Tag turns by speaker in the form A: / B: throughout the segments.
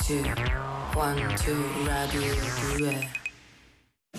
A: two, one, two, radio 2.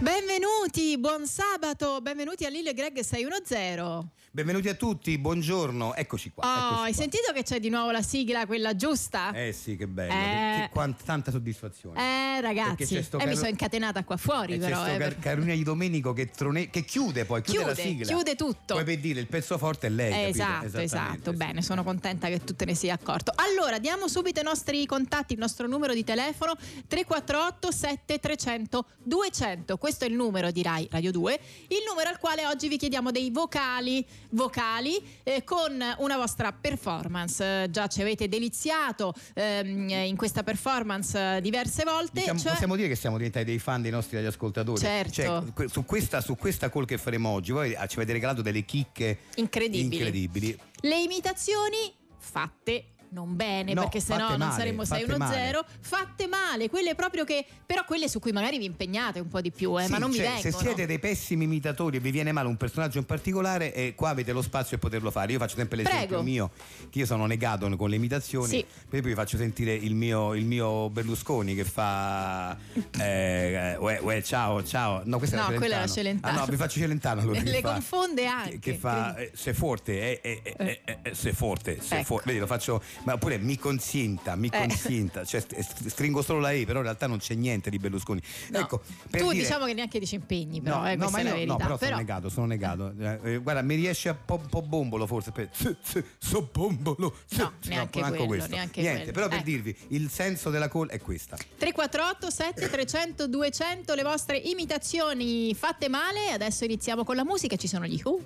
B: Benvenuti, buon sabato, benvenuti a Lille Greg 610. Oh,
C: Benvenuti a tutti, buongiorno, eccoci qua. eccoci
B: hai
C: qua.
B: sentito che c'è di nuovo la sigla, quella giusta? Eh,
C: Eh sì, che bello,
B: Eh.
C: che- che quant- tanta soddisfazione. Perché
B: ragazzi,
C: c'è sto
B: eh, mi
C: caro-
B: sono incatenata qua fuori
C: E c'è
B: però.
C: sto
B: eh,
C: Car-
B: per-
C: Carolina di Domenico che, trone- che chiude poi, chiude, la
B: Chiude,
C: sigla.
B: chiude tutto.
C: Poi per dire, il pezzo forte è lei,
B: Eh,
C: capito?
B: esatto,
C: Esattamente,
B: esatto,
C: sì.
B: bene, sono contenta che tu te ne sia accorto. Allora, diamo subito i nostri contatti, il nostro numero di telefono 348 7300 200. Questo è il numero di Rai Radio 2, il numero al quale oggi vi chiediamo dei vocali, vocali eh, con una vostra performance. Eh, Già ci avete deliziato ehm, eh, in questa performance eh, diverse volte,
C: Diciamo-
B: cioè-
C: Possiamo dire che siamo diventati dei fan dei nostri radioascoltatori.
B: Certo.
C: Cioè, que- su, questa, su questa call che faremo oggi, voi ah, ci avete regalato delle chicche
B: incredibili.
C: incredibili.
B: Le imitazioni fatte non bene,
C: No,
B: perché sennò
C: fatte
B: non
C: male,
B: saremmo
C: fatte
B: 6-1-0, fatte male, quelle proprio che però quelle su cui magari vi impegnate un po' di più, eh,
C: Sì,
B: ma non
C: cioè,
B: vi
C: se
B: vengono.
C: siete dei pessimi imitatori e vi viene male un personaggio in particolare, eh, qua avete lo spazio per poterlo fare. Io faccio sempre l'esempio
B: Prego.
C: mio, che io sono negato con le imitazioni.
B: Sì.
C: Per esempio, vi faccio sentire il mio, il mio Berlusconi che fa. eh, eh, uè, uè, ciao, ciao. No, questa
B: No,
C: era
B: quella era
C: Celentano.
B: Celentano.
C: Ah, no, vi faccio Celentano allora. che
B: Le
C: fa-
B: confonde
C: che-
B: anche,
C: Che fa
B: quindi.
C: eh, se forte, eh, eh, eh, eh, eh, eh, se forte, se
B: Ecco.
C: forte. Vedi, lo faccio, ma oppure mi consinta, mi
B: Eh.
C: consinta. Cioè, st- st- stringo solo la E, però in realtà non c'è niente di Berlusconi.
B: No.
C: Ecco, per
B: tu
C: dire-
B: diciamo che neanche dici impegni, però eh, questa
C: ma
B: è la
C: io-
B: verità.
C: no, però,
B: Però-
C: sono negato, sono negato. Eh, eh, guarda, mi riesce a po- un po' bombolo forse. Per... s- s- So bombolo. s-
B: No,
C: s-
B: neanche quello, neanche
C: Niente,
B: quello.
C: però per
B: Ecco.
C: dirvi, il senso della call è questa.
B: 348 7300 200 le vostre imitazioni fatte male. Adesso iniziamo con la musica, ci sono gli Who.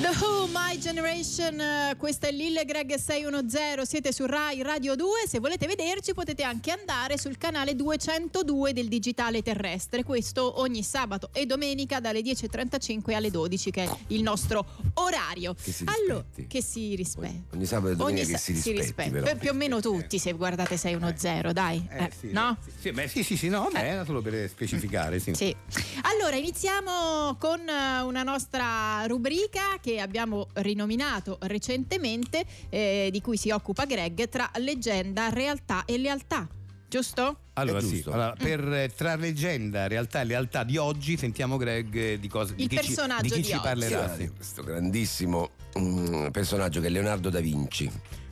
B: The Who, My Generation, eh, questa è Lille Greg 610, siete su Rai Radio 2, se volete vederci potete anche andare sul canale 202 del digitale terrestre, questo ogni sabato e domenica dalle 10.35 alle 12 che è il nostro orario.
D: Che si
B: Allora,
D: rispetti.
B: che si rispetta.
D: Ogni sabato e domenica che
B: sa-
D: si rispetti, però.
B: Per più o meno tutti se guardate 610, dai,
C: Eh,
B: Eh,
C: sì,
B: no? Eh.
C: Sì, sì, beh, sì, sì, sì, no, beh, era solo per specificare. Sì.
B: Sì. Allora iniziamo con eh, una nostra rubrica che abbiamo rinominato recentemente, eh, di cui si occupa Greg, tra leggenda, realtà e lealtà. Giusto?
C: Allora,
D: È
C: sì,
D: giusto.
C: allora, per eh, tra leggenda, realtà e lealtà di oggi, sentiamo Greg eh, di cosa
B: Il
C: di chi ci-
B: personaggio
C: di chi
B: di
C: ci
B: oggi.
C: parlerà.
D: Grazie.
C: sì.
D: Questo grandissimo mm, personaggio che è Leonardo da Vinci.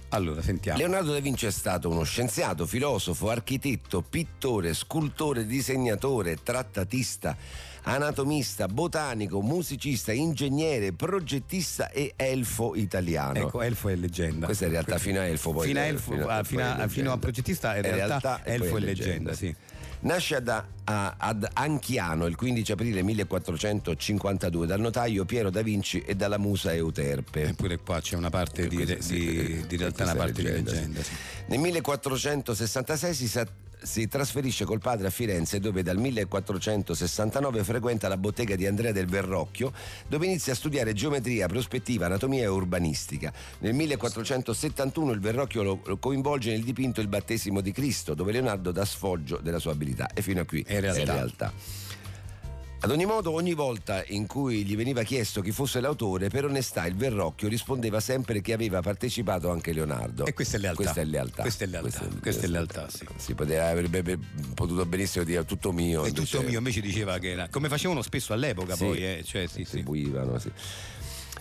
C: Allora, sentiamo.
D: Leonardo da Vinci è stato uno scienziato, filosofo, architetto, pittore, scultore, disegnatore, trattatista, anatomista, botanico, musicista, ingegnere, progettista e elfo italiano.
C: Ecco, Elfo è leggenda.
D: Questa in realtà fino a Elfo poi
C: Fino a
D: è-
C: Elfo,
D: fino a-
C: ah,
D: poi
C: fino
D: è
C: a-
D: leggenda.
C: fino a progettista, in
D: È
C: realtà,
D: e poi
C: Elfo è leggenda, sì.
D: Nasce ad, a- ad Anchiano il 15 aprile 1452 dal notaio Piero da Vinci e dalla musa Euterpe.
C: Eh, Eppure qua c'è una parte di,
D: Questa-
C: di-
D: sì,
C: di- di realtà, una
D: questa è
C: parte di
D: leggenda,
C: leggenda.
D: sì.
C: sì.
D: Nel 1466 si, sa- si trasferisce col padre a Firenze dove dal 1469 frequenta la bottega di Andrea del Verrocchio dove inizia a studiare geometria, prospettiva, anatomia e urbanistica. Nel 1471 il Verrocchio lo, lo coinvolge nel dipinto Il battesimo di Cristo dove Leonardo dà sfoggio della sua abilità e fino a qui
C: È realtà.
D: È realtà. Ad ogni modo, ogni volta in cui gli veniva chiesto chi fosse l'autore, per onestà il Verrocchio rispondeva sempre che aveva partecipato anche Leonardo.
C: E questa è lealtà.
D: Questa è lealtà.
C: Questa è lealtà, questa è lealtà, sì.
D: Si poteva, avrebbe be- potuto benissimo dire tutto mio.
C: È
D: invece-
C: tutto mio, invece diceva che era come facevano spesso all'epoca
D: Sì.
C: poi, eh, cioè sì, sì.
D: Seguivano, sì.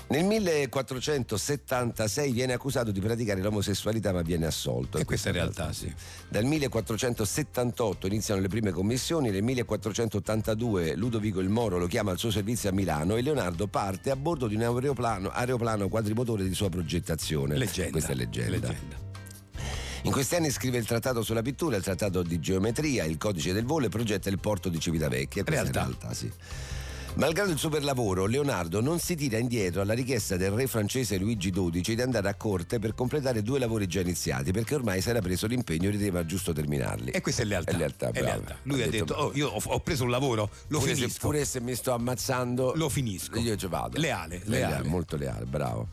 D: Nel 1476 viene accusato di praticare l'omosessualità ma viene assolto.
C: E questa è realtà, sì.
D: Dal 1478 iniziano le prime commissioni, nel 1482 Ludovico il Moro lo chiama al suo servizio a Milano e Leonardo parte a bordo di un aeroplano, aeroplano quadripotore di sua progettazione.
C: Leggenda.
D: Questa è leggenda. In questi anni scrive il trattato sulla pittura, il trattato di geometria, il codice del volo e progetta il porto di Civitavecchia. Questa è
C: Realtà.
D: realtà sì. Malgrado il superlavoro, Leonardo non si tira indietro alla richiesta del re francese Luigi XII di andare a corte per completare due lavori già iniziati, perché ormai si era preso l'impegno e rideva giusto terminarli.
C: E questa è lealtà.
D: È lealtà,
C: È
D: brava.
C: lealtà. Lui
D: Ha
C: ha detto,
D: detto,
C: "Oh, io ho, ho preso un lavoro, lo
D: pure, se,
C: finisco.
D: pure se mi sto ammazzando,
C: Lo finisco.
D: Io ci vado.
C: Leale,
D: È
C: leale.
D: Molto leale, bravo.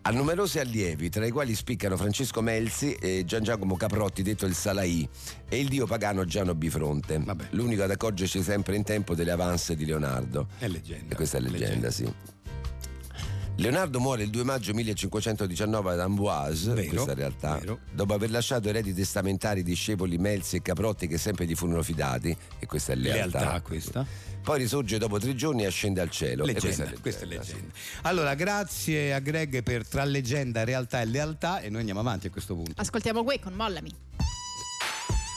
D: Ha numerosi allievi, tra i quali spiccano Francesco Melzi e Gian Giacomo Caprotti, detto il Salai, e il dio pagano Giano Bifronte,
C: Vabbè.
D: l'unico ad accorgersi sempre in tempo delle avance di Leonardo.
C: È leggenda.
D: E questa è leggenda, sì. Leonardo muore il 2 maggio 1519 ad Amboise,
C: Vero,
D: questa realtà,
C: vero.
D: dopo aver lasciato eredi testamentari discepoli Melzi e Caprotti che sempre gli furono fidati, e questa è lealtà. eh,
C: Lealtà, questa.
D: Poi risorge dopo tre giorni e ascende al cielo. e
C: Leggenda, questa è leggenda. Allora, grazie a Greg per tra leggenda, realtà e lealtà e noi andiamo avanti a questo punto.
B: Ascoltiamo Gue con Mollami.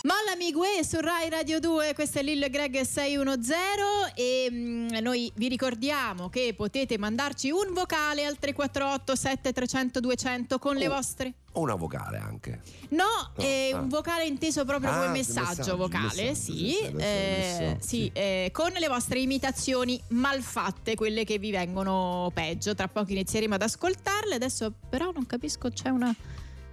B: Mollami Gue su Rai Radio 2, questo è Lil Greg 610 e mm, noi vi ricordiamo che potete mandarci un vocale al 348 7300 200 con le
D: Oh.
B: vostre.
D: O una vocale anche.
B: No,
D: No,
B: è
D: ah.
B: un vocale inteso proprio
D: Ah,
B: come
D: il
B: messaggio,
D: messaggio, il
B: vocale,
D: messaggio,
B: sì,
D: sì, sì, pensavo
B: eh,
D: il messaggio,
B: sì,
D: sì.
B: eh, con le vostre imitazioni malfatte, quelle che vi vengono peggio. Tra poco inizieremo ad ascoltarle, adesso però non capisco, c'è una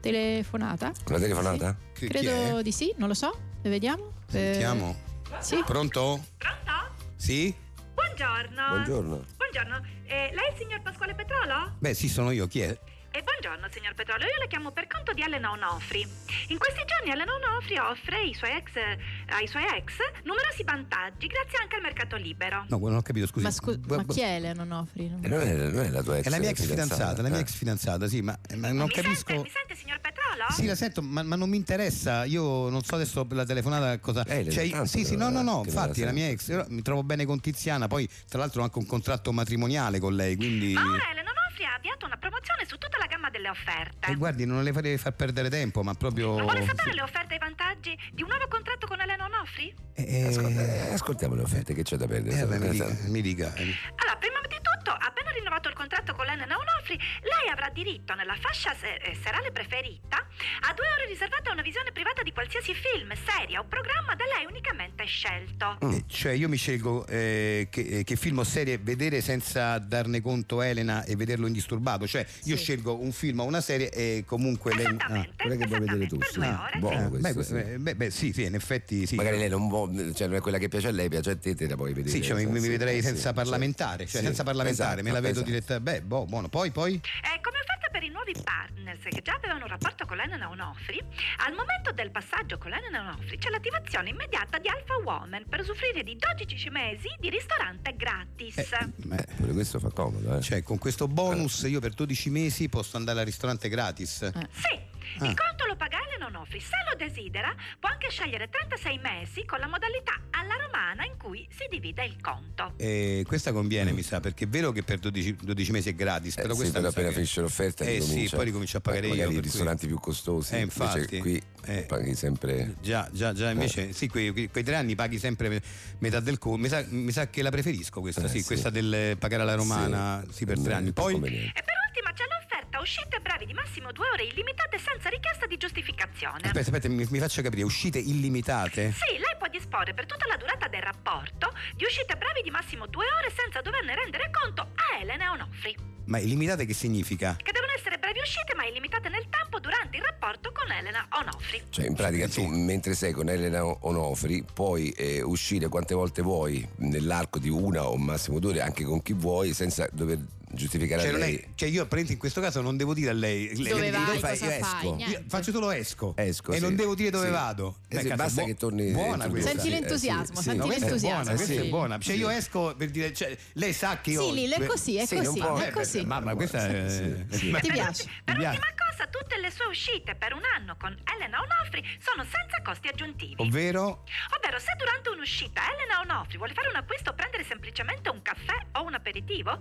B: telefonata.
D: Una telefonata?
B: Sì,
C: Chi- chi
B: credo
C: è?
B: di sì, non lo so, le vediamo. Eh,
C: Sentiamo.
B: sì.
C: Pronto?
E: Pronto?
C: Sì?
E: Buongiorno.
D: Buongiorno.
E: Buongiorno. Eh, lei è il signor Pasquale Petrolo?
C: Beh, sì, sono io. Chi è?
E: Eh, buongiorno, signor Petrolo. Io la chiamo per conto di Elena Onofri. In questi giorni Elena Onofri offre ai suoi ex, eh, ai suoi ex numerosi vantaggi grazie anche al mercato libero.
C: No, non ho capito, scusi.
B: Ma, scu-
C: Bu-
B: ma
C: bu-
B: chi è Elenon Offri?
D: E non è, non è la tua ex
C: È la mia ex fidanzata, la mia
D: eh?
C: ex fidanzata, sì, ma, ma non
E: mi,
C: capisco.
E: sente, mi sente, signor Petrolo?
C: Sì, la sento, ma, ma non mi interessa. Io non so adesso la telefonata cosa.
D: Eh, le-
C: Cioè,
D: tanto
C: sì, sì, no, no,
D: che non la-
C: no.
D: che non
C: Infatti, è
D: la
C: la mia ex. Io mi trovo bene con Tiziana. Poi, tra l'altro, ho anche un contratto matrimoniale con lei. Quindi.
E: Ma
B: Ah,
E: ora Elena Onofri ha avviato una promozione su tutta la gamma delle offerte.
B: eh,
C: E guardi, non le farei far perdere tempo, ma proprio.
E: non vuole sapere le offerte e i vantaggi di un nuovo contratto con Elena Onofri?
C: Eh,
D: Ascolta, eh, ascoltiamo le offerte, che c'è da perdere?
C: eh, vabbè, mi dica,
D: Senta,
C: mi dica.
E: Allora, prima di tutto, appena rinnovato il contratto con l'Enna Onofri, lei avrà diritto nella fascia se- eh, serale preferita a due ore riservate a una visione privata di qualsiasi film, serie o programma da lei unicamente scelto.
D: Mm.
C: Eh, Cioè, io mi scelgo eh, che, eh, che film o serie vedere senza darne conto a Elena e vederlo indisturbato. Cioè, io
B: Sì.
C: scelgo un film o una serie e comunque lei. ah.
E: esattamente,
D: quella che vuoi vedere tu,
E: esattamente, per
D: sì.
E: due
D: Ah,
E: ore.
D: buono.
C: Eh,
D: questo,
C: beh, que-
D: sì.
C: beh, beh, beh, sì, sì, in effetti sì.
D: Magari lei non può, cioè non è quella che piace a lei, piace a te, te la puoi vedere.
C: Sì, cioè, mi, mi
D: Sì,
C: vedrei
D: sì,
C: senza
D: sì.
C: parlamentare, cioè
D: Sì,
C: senza parlamentare,
D: esatto,
C: me la vedo
D: esatto.
C: diretta. Beh, boh, buono. Poi, poi.
E: Eh, come offerta per i nuovi partners che già avevano un rapporto con l'Enna Onofri, al momento del passaggio con l'Enna Onofri c'è l'attivazione immediata di Alpha Woman per usufruire di 12 mesi di ristorante gratis.
C: Eh, eh,
D: Pure questo fa comodo, eh.
C: cioè, con questo bonus io per 12 mesi posso andare al ristorante gratis.
E: Sì,
C: Ah.
E: il conto lo paga Elena Onofri. Se lo desidera, può anche scegliere 36 mesi con la modalità alla romana in cui si divide il conto.
C: Eh, questa conviene, mi sa, perché è vero che per 12, 12 mesi è gratis,
D: Mm. Eh,
C: però
D: sì,
C: questa
D: però
C: mi sa
D: appena
C: che-
D: finisce l'offerta
C: Eh sì,
D: ricomincia.
C: poi ricomincio a pagare
D: Eh,
C: io.
D: magari i
C: per cui-
D: ristoranti più costosi.
C: Eh,
D: invece
C: infatti.
D: qui
C: Eh.
D: paghi Eh. sempre.
C: Già, già, già, invece, sì, quei, quei- quei tre anni paghi sempre me- metà del conto. Mi sa, mi sa che la preferisco questa,
D: Eh,
C: sì,
D: sì.
C: questa del pagare alla romana, sì, per tre
D: eh,
C: anni.
D: più
C: Poi,
D: conveniente.
E: E per ultima c'è l'offerta uscite brevi di massimo due ore illimitate senza richiesta di giustificazione.
C: aspetta, aspetta, mi, mi faccia capire, uscite illimitate?
E: Sì, lei può disporre per tutta la durata del rapporto di uscite brevi di massimo due ore senza doverne rendere conto a Elena Onofri,
C: Ma illimitate che significa?
E: che devono essere brevi uscite ma illimitate nel tempo durante il rapporto con Elena Onofri.
D: Cioè, in pratica,
C: Sì.
D: tu mentre sei con Elena Onofri, puoi eh, uscire quante volte vuoi nell'arco di una o massimo due, ore, anche con chi vuoi, senza dover giustificare
C: Cioè,
D: a
C: non
D: lei.
C: è- cioè, io apprendente in questo caso non devo dire a lei. lei-
B: Dove
C: io
B: vai,
C: fa-
B: cosa
C: io
B: fai,
C: esco. Io
B: niente.
C: faccio solo esco.
D: Esco,
C: E
D: sì.
C: non devo dire dove
D: Sì.
C: vado.
D: Eh
C: Beh,
D: sì,
C: cazzo,
D: basta che torni-
C: Buona
D: torni
C: questa.
B: Senti
D: Sì, eh,
B: l'entusiasmo,
D: sì.
B: senti
C: No, questa è buona,
B: l'entusiasmo.
C: questa
D: sì.
C: è buona. Cioè,
D: Sì.
C: io esco per dire, cioè, lei sa che io.
B: Sì, Lilla, è così, è
C: Sì, non
B: così,
C: può-
B: è
C: eh,
B: così.
C: beh, Mamma, questa è.
D: Sì, sì.
C: ma-
B: Ti
E: Per
B: piace?
E: ulti-
C: Mi
E: Per
C: piace.
E: ultima cosa, tutte le sue uscite per un anno con Elena Onofri sono senza costi aggiuntivi.
C: Ovvero.
E: Ovvero, se durante un'uscita Elena Onofri vuole fare un acquisto o prendere semplicemente un caffè o un aperitivo,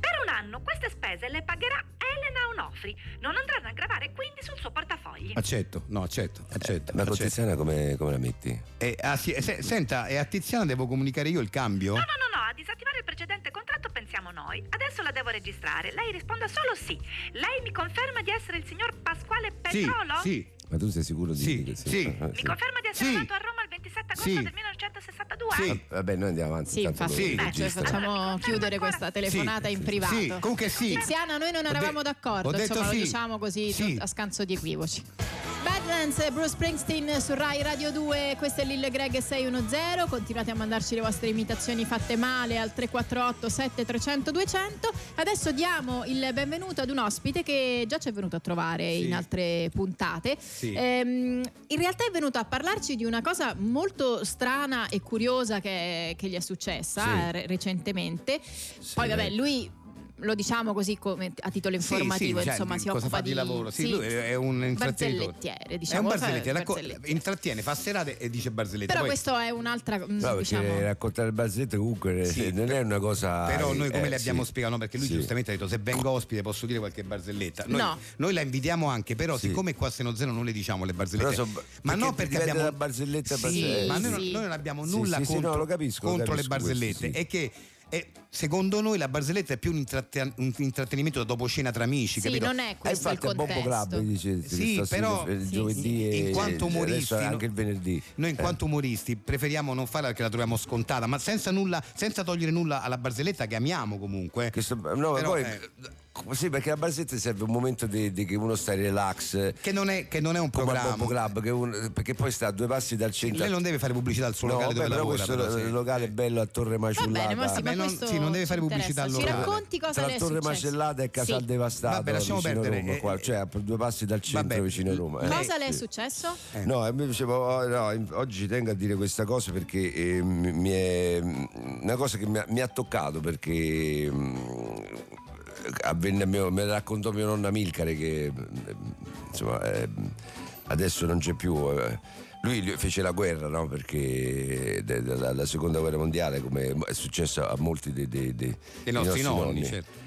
E: per un anno queste spese le pagherà Elena Onofri. Non andranno a gravare quindi sul suo portafogli.
C: Accetto, no, accetto,
D: Eh,
C: accetto.
D: Ma con
C: accetto.
D: Tiziana come, come la metti?
C: Eh, ah, sì, eh, se- senta, e a Tiziana devo comunicare io il cambio?
E: No, no, no, no, a disattivare il precedente contratto pensiamo noi. Adesso la devo registrare. Lei risponda solo sì. Lei mi conferma di essere il signor Pasquale
C: Sì,
E: Petrolo?
C: sì.
D: Ma tu sei sicuro di
C: Sì,
D: che
C: sì.
D: Ah,
E: Mi conferma di essere
C: Sì.
E: nato a Roma il 27 agosto
C: Sì.
E: del 1962?
C: Sì.
D: Va- Ah, Vabbè, noi andiamo avanti.
B: Sì,
D: tanto lo
B: infatti,
C: Sì.
B: eh, cioè,
D: registrano.
B: facciamo chiudere questa telefonata in privato.
C: Sì, comunque sì.
B: Tiziana, noi non
C: Ho de-
B: eravamo d'accordo,
C: ho detto
B: insomma, lo
C: sì.
B: diciamo così
C: Sì.
B: a scanso di equivoci. Bad Emergence, Bruce Springsteen su Rai Radio 2, questo è Lil Greg 610, continuate a mandarci le vostre imitazioni fatte male al 348 7300 200. Adesso diamo il benvenuto ad un ospite che già ci è venuto a trovare
C: Sì.
B: in altre puntate.
C: Sì.
B: Ehm, in realtà è venuto a parlarci di una cosa molto strana e curiosa che, che gli è successa
C: Sì.
B: eh, re- recentemente. Poi vabbè, lui lo diciamo così come a titolo
C: Sì,
B: informativo,
C: sì, cioè,
B: insomma, si
C: cosa
B: occupa
C: fa di, lavoro? Sì, lui è un intrattenitore.
B: barzellettiere, diciamo.
C: È un
B: fa-
C: barzellettiere, racco-
B: barzellettiere.
C: intrattiene, fa serate e dice
B: Però
C: barzellettiere. Poi-
B: questo è un'altra mm,
D: No, perché
B: diciamo.
D: raccontare il balzetto comunque
C: Sì,
D: eh, non è una cosa.
C: Però noi come
D: eh,
C: le abbiamo
D: sì.
C: spiegato, no? perché lui
D: Sì.
C: giustamente ha detto se vengo ospite posso dire qualche barzelletta. Noi,
B: No.
C: noi la invitiamo anche, però
D: Sì.
C: siccome qua a Seno Zero non le diciamo le
D: Però
C: barzellette.
D: so-
C: ma no perché
D: dipende
C: abbiamo...
D: da barzelletta a
C: Sì,
D: barzelletta.
C: ma
B: sì.
C: noi, non- noi non abbiamo
D: Sì,
C: nulla
D: sì, sì,
C: contro,
D: no, lo capisco, lo
C: contro le
D: capisco questo,
C: barzellette.
D: sì.
C: È che... è- secondo noi la barzelletta è più un, intratte- un intrattenimento da dopo cena tra amici,
B: Sì,
C: capito?
B: non è
D: Eh,
B: questo il
D: infatti è Bombo Club
B: contesto.
D: dice che
C: Sì,
D: sta
C: però-
D: sempre il
B: Sì,
D: giovedì
C: sì.
D: e
C: In quanto
D: adesso
C: umoristi, no?
D: anche il venerdì.
C: Noi in
D: Eh.
C: quanto umoristi preferiamo non farla perché la troviamo scontata, ma senza, nulla, senza togliere nulla alla barzelletta che amiamo comunque.
D: Che sto- no, ma
C: Però,
D: poi,
C: eh,
D: sì, perché la barzetta serve un momento di, di che uno sta relax. eh,
C: che, non è, che non è un
D: Come al
C: programma.
D: Bombo Club, che un- perché poi sta a due passi dal centro.
C: Lei non deve fare pubblicità al suo
D: no,
C: locale
D: vabbè,
C: dove
D: però
C: lavora.
D: questo
C: però, sì.
D: lo- locale è bello a Torre
B: Va bene,
D: Macellata.
B: ma, sì, ma
C: Vabbè, non-
B: questo
C: sì, non deve fare
B: ci
C: pubblicità
B: interessa.
C: allora.
B: Ci racconti cosa
D: tra
B: le è
D: Torre
B: successo.
D: Macellata e Casa
B: Sì.
D: al Devastato
C: Vabbè, lasciamo
D: vicino
C: perdere,
D: Roma,
C: eh,
D: qua,
C: eh,
D: cioè a due passi dal centro
C: vabbè,
D: vicino
C: l-
D: Roma eh.
B: Cosa le è
D: Sì.
B: successo?
C: Eh.
D: No, eh, mi dicevo, oh, no, in- oggi tengo a dire questa cosa perché eh, mi mi è mm, una cosa che mi ha, mi ha toccato perché mm, avvenne a mio- me la raccontò mio nonno Amilcare che mm, insomma eh, adesso non c'è più. eh. Lui lui fece la guerra, no? Perché de- de- la, la seconda guerra mondiale, come è successo a molti dei, dei- dei-
C: Dei
D: dei
C: nostri nonni,
D: nonni.
C: certo.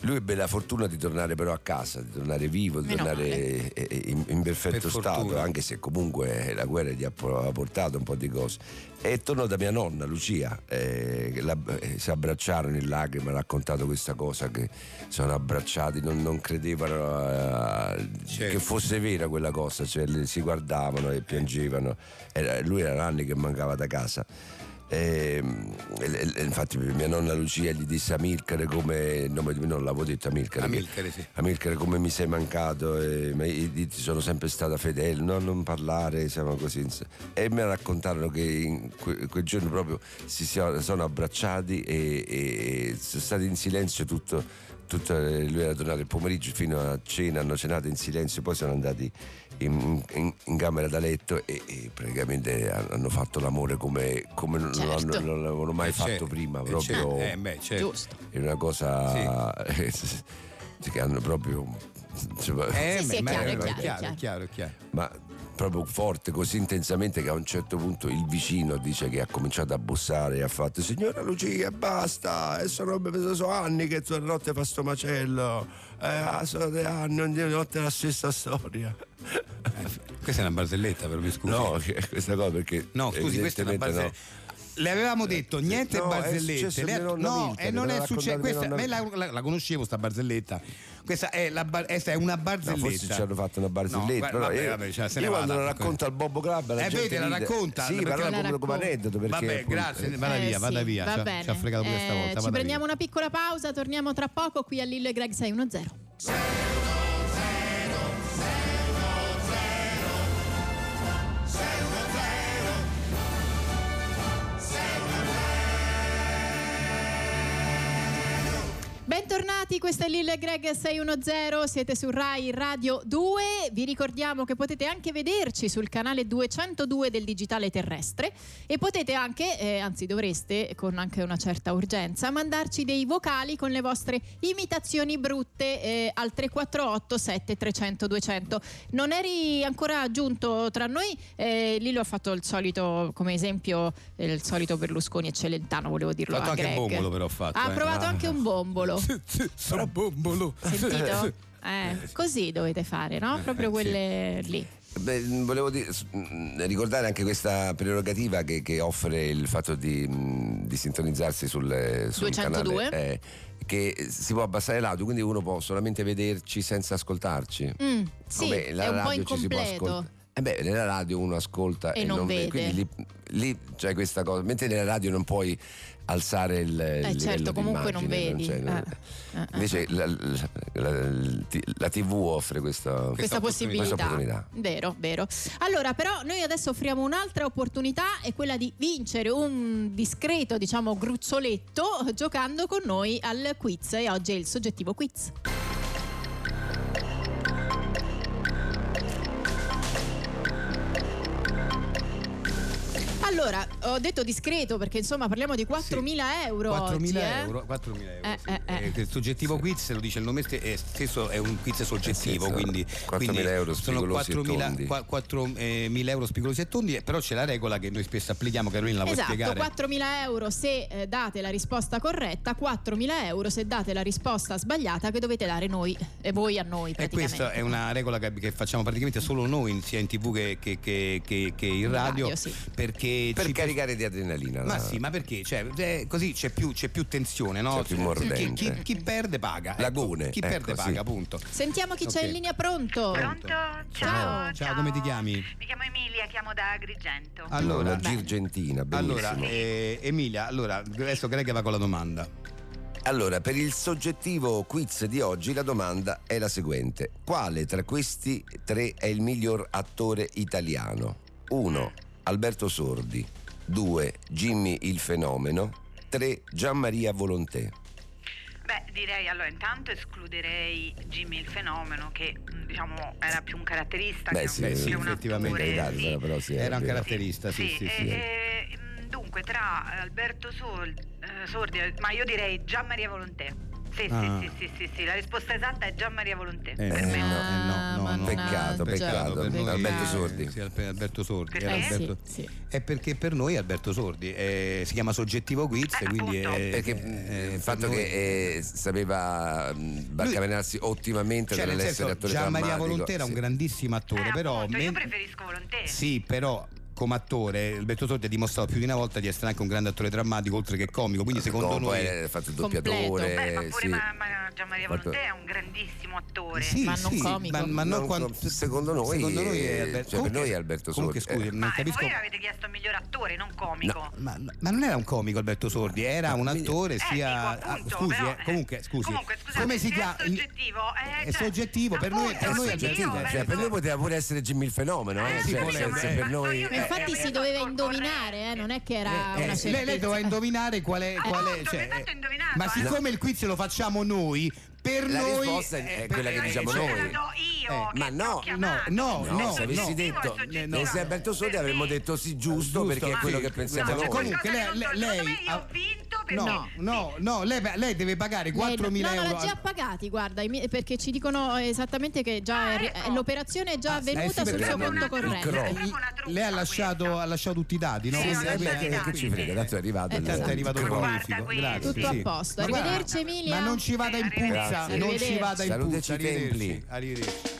D: Lui ebbe la fortuna di tornare però a casa, di tornare vivo, di
B: Meno
D: tornare eh, eh, in, in perfetto
C: Per
D: stato,
C: fortuna.
D: anche se comunque eh, la guerra gli ha po- ha portato un po' di cose. E tornò da mia nonna Lucia, eh, che la- eh, si abbracciarono in lacrime, ha raccontato questa cosa che sono abbracciati, non, non credevano eh,
C: Certo.
D: che fosse vera quella cosa, cioè, le- si guardavano e piangevano. Era- lui era anni che mancava da casa. E, e- e- infatti mia nonna Lucia gli disse a Milcare come il nome di- non l'avevo detto a Milcare
C: Amilcare, sì.
D: Amilcare come mi sei mancato e, ma io ti sono sempre stata fedele no, non parlare siamo così ins- e mi raccontarono che in que- quel giorno proprio si sia- sono abbracciati e, e- e sono stati in silenzio tutto, tutto lui era tornato il pomeriggio fino a cena hanno cenato in silenzio poi sono andati in, in- in camera da letto e, e praticamente hanno fatto l'amore come, come non,
B: Certo.
D: non- non l'avevano mai
C: Eh,
D: fatto
C: certo,
D: prima
C: eh,
D: proprio
C: certo. Eh, beh, certo.
B: Giusto.
D: è una cosa che hanno proprio insomma,
C: Eh,
B: Sì, sì, è
C: ma-
B: chiaro, è
C: ma-
B: chiaro,
C: è
B: è
C: chiaro, è chiaro.
D: ma proprio forte così intensamente che a un certo punto il vicino dice che ha cominciato a bussare e ha fatto signora Lucia basta e sono, sono anni che tu notte fa sto macello eh, sono dei anni ogni notte la stessa storia
C: Questa è una barzelletta, però mi scusi.
D: no che- questa cosa perché
C: No, scusi, questa è una
D: evidentemente Eh,
C: barzelletta. Le avevamo detto niente
D: No, è
C: barzellette.
D: successo
C: Le-
D: a mia nonna
C: no,
D: Milka,
C: e
D: me
C: non
D: l'ha
C: è
D: raccontato
C: successo.
D: mia
C: Questa,
D: nonna
C: me la, la- la conoscevo sta barzelletta. Questa è, la bar- questa è una
D: No,
C: barzelletta.
D: forse ci hanno fatto una
C: No,
D: barzelletta.
C: va-
D: però
C: vabbè,
D: io-
C: vabbè, cioè, se ne
D: io quando
C: vada.
D: la racconto al Bobo Club, la
C: Eh,
D: gente
C: vedi, la
D: ride.
C: racconta,
D: Sì,
C: perché
D: però
C: la
D: la proprio come
B: racconta.
D: aneddoto. perché,
C: Vabbè,
D: appunto,
C: grazie, vada
B: Eh,
C: via,
B: sì,
C: via,
B: va
C: via. Ci ha-
B: bene.
C: Ci ha fregato pure
B: Eh,
C: stavolta. vada
B: Ci
C: via.
B: prendiamo una piccola pausa, torniamo tra poco qui a Lille Greg 610. Bentornati, questo è Lille Greg 610, siete su Rai Radio 2, vi ricordiamo che potete anche vederci sul canale 202 del Digitale Terrestre e potete anche, eh, anzi dovreste con anche una certa urgenza, mandarci dei vocali con le vostre imitazioni brutte eh, al 348 7300 200. Non eri ancora giunto tra noi, eh, lì lo ha fatto il solito, come esempio, eh, il solito Berlusconi eccellentano, volevo dirlo
C: Ho fatto
B: a
C: anche
B: Greg.
C: un bombolo, però ho fatto.
B: Ha
C: eh.
B: provato
D: Ah.
B: anche un bombolo.
C: Sarà bombolo.
B: Sentito? Eh, così dovete fare,
D: Eh,
B: no? Proprio quelle lì.
D: Beh, volevo dire- s- mh, ricordare anche questa prerogativa che, che offre il fatto di, mh, di sintonizzarsi sul, eh, sul
B: 202.
D: canale. eh, che si può abbassare l'audio, quindi uno può solamente vederci senza ascoltarci.
B: Mm, sì,
D: Come la
B: è un po'
D: radio ci si può
B: incompleto.
D: ascolt- Eh beh, nella radio uno ascolta
B: E
D: e,
B: non vede.
D: Quindi lì, lì c'è questa cosa. Mentre nella radio non puoi alzare il.
B: Eh, certo, comunque non vedi. Eh, eh, eh.
D: Invece la, la- la- la TV offre questa,
B: questa, possibilità.
D: questa opportunità.
B: Vero, vero. Allora, però noi adesso offriamo un'altra opportunità, è quella di vincere un discreto, diciamo, gruzzoletto giocando con noi al quiz e oggi è il soggettivo quiz. Allora, ho detto discreto perché insomma parliamo di 4.000 euro
C: 4.000
B: oggi, eh.
C: euro, 4.000 euro,
B: Eh,
C: sì.
B: eh, eh.
C: Eh, che Il soggettivo quiz lo dice il nome ste- eh, stesso, è un quiz soggettivo,
D: Eh sì,
C: quindi,
D: sono
C: quindi
D: 4.000 euro
C: sono
D: spigolosi e
C: 4.000
D: tondi.
C: qua- 4.000 euro spigolosi e tondi, eh, però c'è la regola che noi spesso applichiamo, Carolina la vuoi
B: Esatto,
C: spiegare?
B: 4.000 euro se eh, date la risposta corretta, 4.000 euro se date la risposta sbagliata che dovete dare noi e voi a noi
C: E
B: praticamente.
C: questa è una regola che, che facciamo praticamente solo noi, sia in tv che, che- che- che- che in radio,
B: sì.
C: perché
D: Per
C: ci-
D: caricare di adrenalina.
C: Ma
D: la-
C: sì, ma perché? Cioè, eh, così c'è più, c'è più tensione, no?
D: C'è più
C: Chi-
D: mordente.
C: chi, chi- chi perde paga. ecco.
D: Lagune,
C: Chi
D: ecco,
C: perde
D: sì.
C: paga, punto.
B: Sentiamo chi
C: Ok.
B: c'è in linea pronto.
E: Pronto? Ciao,
B: Ciao.
E: ciao.
C: Ciao, come ti chiami?
E: Mi chiamo Emilia, chiamo da Agrigento.
D: Ah.
C: Allora,
D: la Girgentina, benissimo.
C: Allora, eh, Emilia, allora, adesso Greg va con la domanda.
D: Allora, per il soggettivo quiz di oggi la domanda è la seguente. Quale tra questi tre è il miglior attore italiano? 1. Alberto Sordi. 2. Jimmy il Fenomeno. 3. Gianmaria Volontè.
E: Beh, direi allora intanto escluderei Jimmy il fenomeno che mh, diciamo era più un caratterista
D: Beh,
E: che
D: sì,
E: un,
C: sì,
E: che un
C: effettivamente,
E: attore,
D: Carità,
E: sì.
D: però- però sì,
C: Era un
D: vero.
C: caratterista, sì, sì,
E: e-
C: sì.
E: e, mh, dunque tra Alberto Sol- eh, Sordi, ma io direi Gian Maria Volontè. Sì,
C: Ah.
E: sì, sì, sì, sì, sì, la risposta esatta è Gian Maria Volontè.
C: Eh,
E: per
C: no,
E: me.
C: eh, no, no, no.
D: Peccato, peccato.
C: per noi-
D: Alberto Sordi.
C: Sì, Albe- Alberto Sordi.
E: Perché?
C: era
B: Eh,
C: Alberto-
B: sì, sì.
C: È perché per noi è Alberto Sordi eh, si chiama soggettivo quiz,
E: Eh,
C: quindi
E: appunto.
C: è,
D: Perché
C: eh,
D: mh, il
C: per
D: fatto
C: noi-
D: che eh, sapeva mh, barcamenarsi ottimamente
C: cioè, nel
D: dall'essere
C: senso,
D: attore
C: Gian Maria
D: drammatico.
C: Volontè era un
D: Sì.
C: grandissimo attore,
E: Eh,
C: però
E: appunto, io
C: men-
E: preferisco Volontè.
C: Sì, però come attore Alberto Sordi ha dimostrato più di una volta di essere anche un grande attore drammatico oltre che comico, quindi secondo
D: Dopo
C: noi
D: è fatto il
B: Completo.
D: doppiatore.
E: Beh, Eh,
C: eh,
E: ma pure
D: sì.
E: ma, ma Gian Maria
D: Fatto-
E: Volontè è un grandissimo attore.
C: Sì,
B: Ma non
C: sì,
B: comico.
C: ma- ma non
D: Non
C: quanto-
D: com- secondo noi-
C: secondo noi è
D: eh,
C: Alber-
D: cioè, per noi è Alberto
C: comunque,
D: Sordi. eh.
C: scusi, non
E: Ma
C: capisco.
E: voi avete chiesto miglior attore, non comico.
C: Ma, ma non era un comico Alberto Sordi, era un attore
E: Eh,
C: sia.
E: dico, appunto,
C: ah, scusi,
E: però,
C: eh, comunque,
E: eh,
C: scusi.
E: comunque, scusate, se è soggettivo, eh,
C: è
E: cioè,
C: soggettivo, per
D: Eh,
C: noi, per
E: appunto,
C: noi è
E: soggettivo, eh,
D: Sì,
C: Alberto
E: beh,
D: cioè, per noi poteva pure essere Jimmy il fenomeno, eh?
E: Eh,
D: cioè, nel
C: sì,
D: senso,
C: voleva, eh.
D: per noi
E: Ma
B: Ma infatti
E: eh,
B: si
E: eh,
B: doveva
E: eh,
B: indovinare, eh, non è che era
C: Eh,
B: una
C: lei-
B: certezza.
C: lei, doveva indovinare qual è. qual è,
E: Eh,
C: cioè,
E: appunto, mi state indovinando,
C: ma
E: eh.
C: siccome il quiz lo facciamo noi, per
D: La
C: noi.
D: risposta è
C: eh,
D: quella
E: Eh,
D: che
C: per-
D: diciamo
E: ce
C: cioè,
E: la
D: noi.
E: do io,
C: Eh,
E: che
D: ma
E: ti
D: no,
E: ho
D: no,
E: chiamato.
C: no,
D: No,
C: no,
D: se
E: Soggettivo
D: avessi
E: e
C: no.
D: detto
E: soggettivo.
C: no.
D: e se Alberto Sordi avremmo detto sì giusto,
C: Giusto,
D: perché è
C: sì.
D: quello che pensiamo
C: Esatto.
D: noi.
C: Comunque,
E: Qualcosa
C: lei,
E: che non so,
C: lei-
E: Cioè, secondo me io
C: ah,
E: ho vinto perché-
C: No, no, no, lei, lei deve pagare
B: Lei-
C: 4.000
B: no,
C: euro.
B: No, l'ha
C: al-
B: già pagati, guarda, i mi- perché ci dicono esattamente che già
E: Ah,
B: è ri-
E: ecco.
B: l'operazione è già
C: Ah, sì, eh,
B: avvenuta
C: sì,
B: sul
C: perché
B: suo
C: abbiamo
B: conto
D: il
B: corrente.
D: cro-
E: È proprio una truffa
C: Lei ha lasciato,
E: questa.
C: ha lasciato tutti i dati, no?
E: Sì,
D: Sì,
E: ho
D: sì,
E: lasciato
D: vabbè,
E: i
D: eh, che- che
E: dati,
D: ci frega,
E: sì.
D: tanto è arrivato.
C: E
D: il-
C: tanto è arrivato
D: il
C: il
E: Guarda,
C: bonifico.
E: quindi.
C: Grazie.
B: Tutto
C: sì.
B: a posto.
C: Ma guarda,
B: Arrivederci, Emilia.
C: Ma non ci vada in puzza,
D: Grazie.
C: non ci vada in
D: Arrivederci.
C: puzza. Arrivederci. Arrivederci.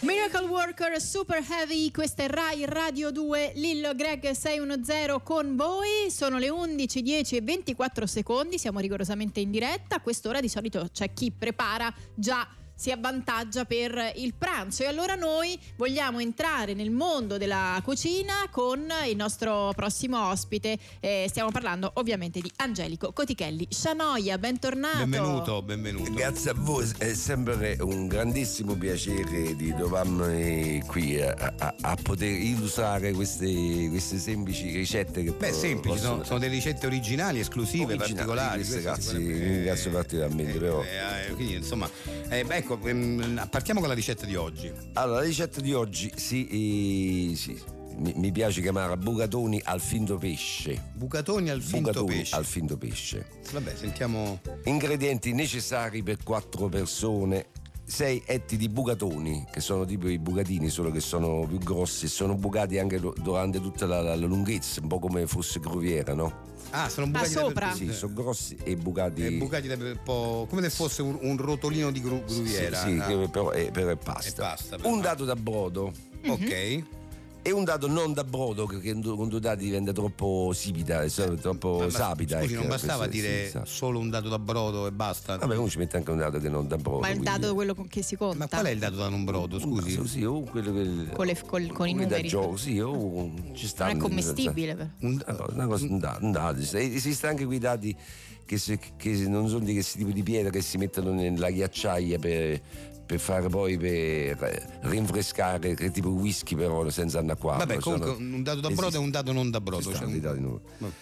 B: Miracle Worker Super Heavy, questa è Rai Radio 2, Lillo Greg 610 con voi, sono le 11.10 e 24 secondi, siamo rigorosamente in diretta, a quest'ora di solito c'è chi prepara già si avvantaggia per il pranzo e allora noi vogliamo entrare nel mondo della cucina con il nostro prossimo ospite, Eh, stiamo parlando ovviamente di Angelico Cotichelli Scianoia,
E: Ah,
B: bentornato.
C: Benvenuto, benvenuto.
D: Grazie a voi, è sempre un grandissimo piacere di trovarmi qui a, a- a poter illustrare queste, queste semplici ricette che
C: Beh,
D: po-
C: semplici, sono,
D: possono-
C: sono delle ricette originali, esclusive,
D: Originali,
C: particolari.
D: queste,
C: questo
D: cazzi,
C: sicuramente-
D: vi ringrazio
C: eh,
D: particolarmente,
C: eh,
D: però.
C: eh, quindi, insomma, eh, beh, ecco, ehm, partiamo con la ricetta di oggi.
D: Allora, la ricetta di oggi si, eh, si- mi, mi piace chiamarla bucatoni al finto pesce.
C: Bucatoni al finto
D: bucatoni
C: pesce.
D: al finto pesce.
C: Vabbè, sentiamo.
D: Ingredienti necessari per 4 persone. 6 etti di bucatoni, che sono tipo i bucatini, solo che sono più grossi e sono bucati anche do- durante tutta la, la- la lunghezza, un po' come fosse groviera, no?
C: Ah, sono bucati da-
B: sopra? Ah.
D: Sì, sono grossi e bucati.
C: eh, bucati da un po'. come se fosse un, un rotolino di gru-
D: Sì,
C: gruviera.
D: sì,
C: Ah,
D: che però è, però è pasta.
C: È pasta, però.
D: un dato da brodo
C: Ah, Ok.
D: e E un dato non da brodo, che con due dati diventa troppo sibita, eh, so- troppo
C: Ma- ma-
D: sapida.
C: Scusi,
D: ecco,
C: non bastava
D: sì, sì,
C: dire
D: sa.
C: solo un dato da brodo e basta.
D: Vabbè, uno ci mette anche un dato che non da brodo.
B: Ma il
D: quindi-
B: dato è quello con- che si conta.
C: Ma qual è il dato da non brodo? Scusi.
D: Sì, sì, o quello che-
B: Con le- col- con i
D: come da
B: numeri.
D: gioco, sì, o un- ci sta.
B: Non è commestibile, però.
C: Un-
D: Una cosa- una cosa- un da- un dato. Es- Esiste anche quei dati che, se- che non sono di che tipo di pietra che si mettono nella ghiacciaia per, per fare poi per rinfrescare, che è tipo whisky però senza annacquarlo.
C: Vabbè, comunque
D: sono-
C: un dato da brodo
D: esiste.
C: è un dato non da brodo.
D: Ci
C: cioè
D: stanno
C: un-
D: i dati numeri.
C: Vabbè.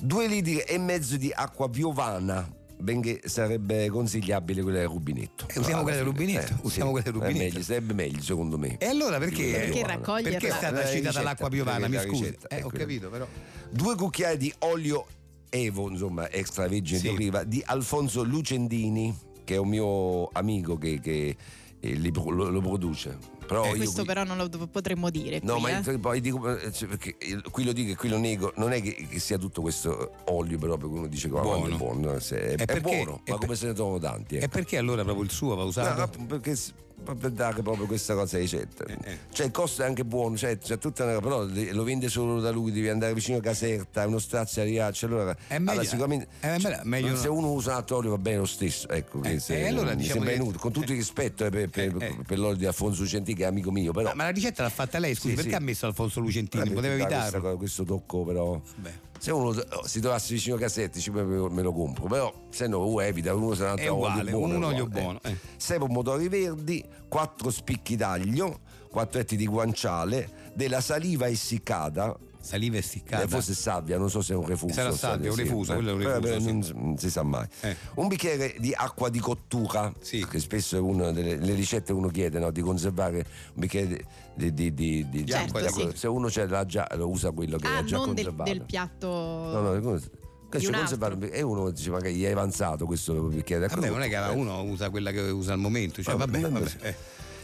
D: Due litri e mezzo di acqua piovana, benché sarebbe consigliabile quella del rubinetto. Ah,
C: Eh, usiamo quella del
D: Alla fine,
C: rubinetto, usiamo quella del
D: È
C: rubinetto. Eh.
D: meglio, sarebbe meglio secondo me.
C: E allora perché?
D: Perché
C: Giovanna?
B: raccoglierla?
C: Perché è stata
D: Eh,
C: citata
D: ricetta,
C: l'acqua piovana? Mi
D: perché la
C: scusi.
D: ricetta,
C: Eh, ho
D: ecco.
C: capito, però.
D: Due cucchiai di olio evo, insomma, extravergine
C: Sì.
D: d'oliva, di Alfonso Lucendini, che è un mio amico che, che, eh, li pro- lo, lo produce.
C: Eh,
D: Però io
B: Eh, Questo
D: qui-
B: però non lo dov- potremmo dire.
D: No,
B: qui,
D: ma
B: eh.
D: io poi dico, eh, cioè, perché il- qui lo dico e qui lo nego, non è che, che sia tutto questo olio proprio che uno dice che
C: Buono.
D: è buono, eh, se- è,
C: E
D: è
C: perché-
D: buono,
C: e
D: ma
C: per-
D: come se ne trovano tanti.
C: E
D: ecco.
C: perché allora proprio il suo va
D: No,
C: usato?
D: no, perché s- proprio dare proprio questa cosa ai ricetta.
C: Eh, eh.
D: Cioè il costo è anche buono, cioè, c'è tutta una, però le- lo vende solo da lui, devi andare vicino a Caserta, è uno strazio a Riaccio, allora,
C: È meglio-
D: allora, sicuramente cioè,
C: eh, è meglio- meglio
D: se
C: no.
D: uno usa l'altro olio va bene lo stesso, ecco, che
C: Eh,
D: se-
C: eh, allora
D: mi
C: diciamo
D: sembra
C: che-
D: inutile, con tutto il rispetto eh, per, per-
C: eh, eh.
D: per l'olio di Alfonso Lucenti che è amico mio, però...
C: Ah, ma la ricetta l'ha fatta lei, scusi,
D: Sì,
C: perché
D: sì.
C: ha messo Alfonso Lucentini?
D: Vabbè,
C: Poteva
D: dai,
C: evitarlo.
D: questa- questo tocco però
C: Vabbè.
D: se uno eh, si trovasse vicino a Cassetti ci- me me lo compro però se no uno evita uno se
C: È
D: l'altro
C: uguale,
D: olio buono,
C: un
D: è
C: olio
D: uguale,
C: buono, eh.
D: sei pomodori verdi 4 spicchi d'aglio 4 etti di guanciale della saliva essiccata
C: Saliva e
D: eh,
C: sticcata.
D: forse sabbia non so se è un refuso
C: Sarà
D: non so
C: sabbia,
D: se-
C: un
D: sì,
C: refuso,
D: eh,
C: quello è un
D: però-
C: refuso,
D: però
C: sì.
D: non s- non si sa mai
C: Eh.
D: un bicchiere di acqua di cottura
C: Sì.
D: che spesso è una delle le ricette uno chiede no, di conservare un bicchiere di, di- di- di- di
B: Certo,
D: acqua
B: sì.
D: se uno ce l'ha già lo usa quello che
B: Ah,
D: è già
B: non del,
D: conservato
B: del piatto.
D: no no come- cioè, che
B: Di
D: c'è
B: un
D: conservato un bicchiere- e uno dice magari gli è avanzato questo bicchiere d'acqua
C: Vabbè, non è che
D: Eh.
C: uno usa quella che usa al momento. Cioè, vabbè,
D: Vabbè,
C: vabbè,
D: sì.
C: eh.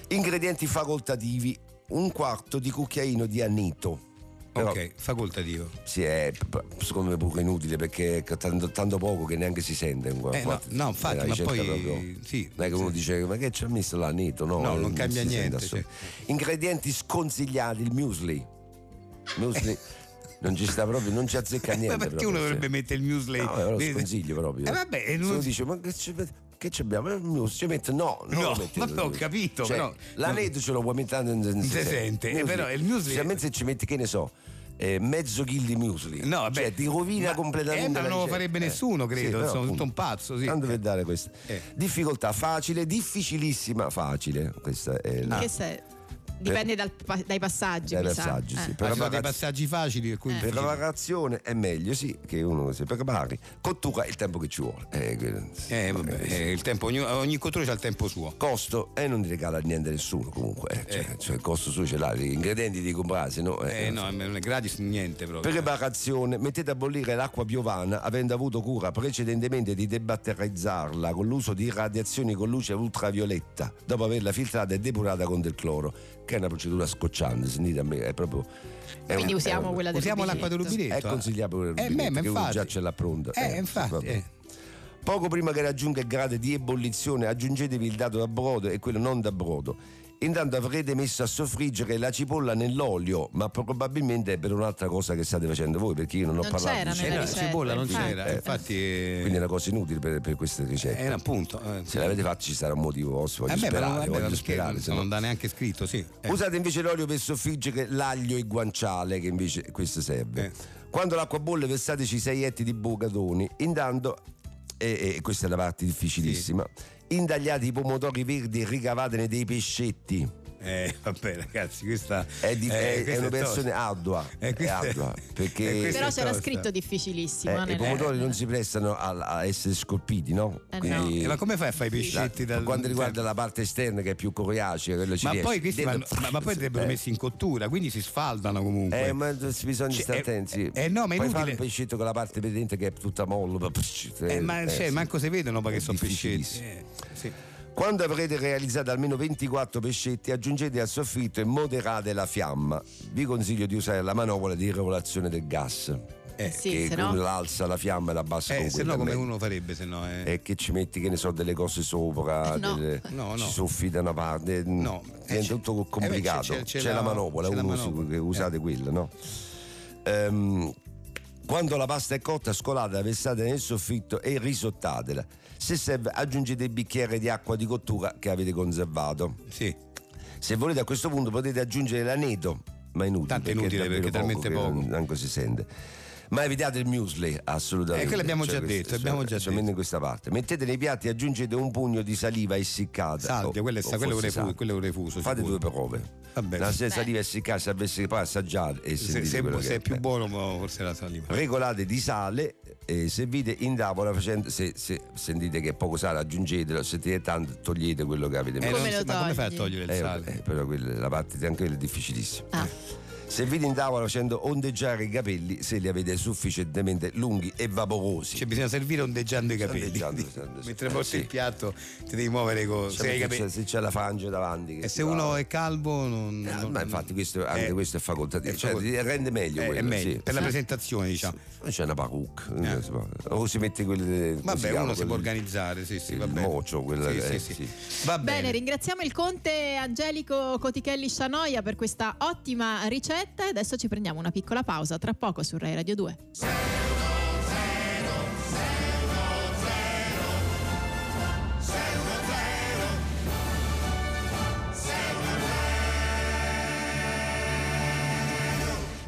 D: ingredienti facoltativi un quarto di cucchiaino di annito Però-
C: Ok, facoltativo.
D: Sì, è p- p- secondo me poco inutile perché è tanto, tanto poco che neanche si sente. un
C: Eh,
D: quarto.
C: no, no, infatti,
D: Nella
C: ma
D: ricetta
C: poi,
D: proprio-
C: sì,
D: non è che uno
C: sì.
D: dice ma che ci ha messo là Nito? No,
C: No, non
D: si
C: cambia
D: sente
C: niente,
D: assolutamente. Ingredienti sconsigliati, il muesli. Muesli non ci sta proprio, non ci azzecca
C: Eh, Ma
D: niente.
C: perché
D: proprio,
C: uno
D: sì.
C: dovrebbe mettere il muesli?
D: No, eh, lo
C: Vedi?
D: sconsiglio proprio.
C: Eh, vabbè, e
D: Se
C: non-
D: uno dice ma che ci che ci abbiamo? Il muesli ci mette no, non
C: No,
D: lo metti.
C: vabbè, ho capito,
D: Cioè,
C: però-
D: l'aneto ce lo puoi mettere non si
C: si sente, eh,
D: Muesli-
C: però il muesli-
D: specialmente se ci metti che ne so, eh, mezzo chilo di muesli.
C: No, vabbè,
D: cioè, ti rovina
C: ma-
D: completamente.
C: eh, ma non
D: la
C: lo
D: ricetta.
C: farebbe nessuno, credo,
D: però,
C: sono tutto
D: appunto,
C: un pazzo, sì.
D: Tanto per dare questa.
C: Eh.
D: Difficoltà facile, difficilissima, facile. Questa è la.
B: Che se- Dipende dal pa- dai passaggi.
D: Dai
B: mi
D: passaggi,
B: sa.
D: sì.
B: Eh.
D: Per
C: Ah,
D: la
C: sono dei
D: vacanza-
C: passaggi facili e quindi
D: Per la preparazione è meglio, sì, che uno si prepari. Cottura è il tempo che ci vuole. Eh, quello-
C: Eh, vabbè, eh, il tempo, ogni, ogni controllo ha il tempo suo.
D: costo e non ti regala niente a nessuno comunque eh. Cioè, cioè, il costo suo ce l'hai gli ingredienti di comprare se no eh,
C: Eh, no, non è gratis niente
D: per
C: proprio.
D: preparazione mettete a bollire l'acqua piovana avendo avuto cura precedentemente di debatterizzarla con l'uso di radiazioni con luce ultravioletta dopo averla filtrata e depurata con del cloro che è una procedura scocciante sentite a me è proprio è eh,
B: Quindi
D: un- è
B: usiamo
D: un-
B: quella del
C: Usiamo l'acqua del
B: rubinetto.
C: rubinetto.
D: è consigliabile
C: Eh,
D: per
C: me, ma
D: che uno
C: infatti.
D: già ce l'ha pronta
C: Eh, infatti.
D: vabbè.
C: eh.
D: Poco prima che raggiunga il grado di ebollizione aggiungetevi il dato da brodo e quello non da brodo. Intanto avrete messo a soffriggere la cipolla nell'olio, ma probabilmente è per un'altra cosa che state facendo voi, perché io non ho
B: Non
D: parlato
B: c'era
D: di
C: Eh,
B: nella
C: no,
D: cipolla.
C: la
B: ricetta,
C: cipolla non
B: infatti.
C: c'era,
D: Eh,
C: infatti. eh,
D: Quindi è una cosa inutile per, per queste ricette.
C: eh, appunto. eh,
D: Se l'avete fatta ci sarà un motivo vostro, voglio
C: Eh, beh, ma
D: sperare,
C: non- vabbè,
D: voglio
C: non-
D: sperare. se no-
C: non dà neanche scritto, sì. Eh.
D: Usate invece l'olio per soffriggere l'aglio e il guanciale, che invece questo serve.
C: Eh.
D: Quando l'acqua bolle versateci i etti di bucatoni. Intanto, e, e questa è la parte difficilissima, intagliate i pomodori verdi e ricavatene dei pescetti.
C: Eh, vabbè, ragazzi, questa
D: È, di-
C: eh,
D: è- è
C: questa
D: una
C: tosta.
D: persona ardua,
C: Eh, questa-
D: è ardua, perché-
C: eh, questa
B: Però
C: è
B: c'era
C: tosta.
B: scritto
D: Eh,
B: difficilissimo.
D: I
B: nel-
D: pomodori non si prestano a, a essere scolpiti, no?
B: Eh,
C: Eh, ma come fai a fare i pescetti
D: la-
C: dal- cioè,
D: per quanto riguarda la parte esterna che è più coriacea, quello ci
C: Ma
D: riesce.
C: poi, questi
D: Dentro-
C: vanno- ma, ma poi andrebbero
D: Eh.
C: messi in cottura, quindi si sfaldano comunque.
D: Eh, ma bisogna
C: Cioè,
D: stare
C: eh,
D: attenti. sì.
C: eh, no, ma è
D: Puoi
C: inutile.
D: fare il pescetto con la parte per dentro che è tutta mollo. ma-
C: Eh, ma
D: eh,
C: cioè,
D: sì.
C: manco si vedono perché
D: È
C: sono pescetti.
D: difficilissimo.
C: Eh, sì.
D: Quando avrete realizzato almeno 24 pescetti, aggiungete al soffitto e moderate la fiamma. Vi consiglio di usare la manopola di regolazione del gas.
C: Eh,
B: sì,
D: che
B: se no-
D: alza la fiamma e la abbassa
C: Eh,
D: con
C: se no come
D: quella.
C: uno farebbe se no? eh?
D: E che ci metti, che ne so, delle cose sopra,
B: No.
D: delle-
C: No, no.
D: ci soffita una parte,
C: No. Eh,
D: è
C: c'è-
D: tutto
C: eh,
D: complicato.
C: beh, c'è-
D: c'è,
C: c'è- c'è
D: la
C: la-
D: manopola,
C: c'è la
D: uno
C: manopola. Eh.
D: su- che usate quella, no? Ehm, quando la pasta è cotta, scolatela, versatela nel soffitto e risottatela. Se serve, aggiungete il bicchiere di acqua di cottura che avete conservato.
C: Sì.
D: Se volete a questo punto potete aggiungere l'aneto, ma è inutile.
C: Tanto è inutile,
D: davvero
C: perché è talmente
D: che
C: poco.
D: non- Manco si sente. Ma evitate il muesli, assolutamente.
C: Eh,
D: Cioè,
C: quello abbiamo già
D: questo-
C: detto, abbiamo già detto.
D: specialmente in questa parte. Mettete nei piatti e aggiungete un pugno di saliva essiccata.
C: Salvia,
D: o-
C: quello è, quello
D: o
C: è un
D: forse
C: refuso,
D: sal-
C: quello è un refuso,
D: Fate
C: sicuro.
D: due prove.
C: Vabbè,
D: la
C: sì.
D: se- saliva essiccata, se avessi poi assaggiare e
C: se,
D: sentite
C: se-
D: quello
C: se
D: che
C: è più
D: Beh,
C: buono mo- forse la Eh, saliva.
D: Regolate di sale e servite in tavola facendo. Se, se sentite che è poco sale, aggiungetelo, se sentite tanto, togliete quello che avete
C: Eh,
D: messo.
B: Come
C: non
B: lo
C: so- ma come fai a
B: togli?
C: togliere il
D: Eh,
C: sale?
D: eh, però quella- la parte di- anche quella è difficilissima.
B: Ah.
D: Servite in tavola facendo ondeggiare i capelli se li avete sufficientemente lunghi e vaporosi.
C: Cioè, bisogna servire ondeggiando i capelli.
D: Ondeggiando,
C: Quindi,
D: sì, sì.
C: Mentre porti
D: Sì.
C: il piatto ti devi muovere con
D: Cioè,
C: se hai i
D: se,
C: capelli.
D: c'è, se c'è la frangia davanti. che
C: E
D: si
C: se
D: va-
C: uno è calvo non.
D: Eh,
C: non-
D: ma infatti questo, anche
C: eh,
D: questo è facoltativo, cioè,
C: facoltativo.
D: rende meglio
C: Eh, è
D: quello,
C: meglio,
D: sì.
C: per la presentazione, diciamo.
D: Poi c'è la parrucca.
C: Eh.
D: si può- O si mette quelle. come
C: Vabbè,
D: chiama,
C: uno si
D: quelle-
C: può organizzare, sì, sì,
D: il
C: va bene.
D: mocio, quella-
C: Sì, sì,
D: eh,
C: sì.
D: sì.
C: Va
B: Bene.
C: bene.
B: ringraziamo il conte Angelico Cotichelli Scianoia per questa ottima ricetta e adesso ci prendiamo una piccola pausa tra poco su Rai Radio 2.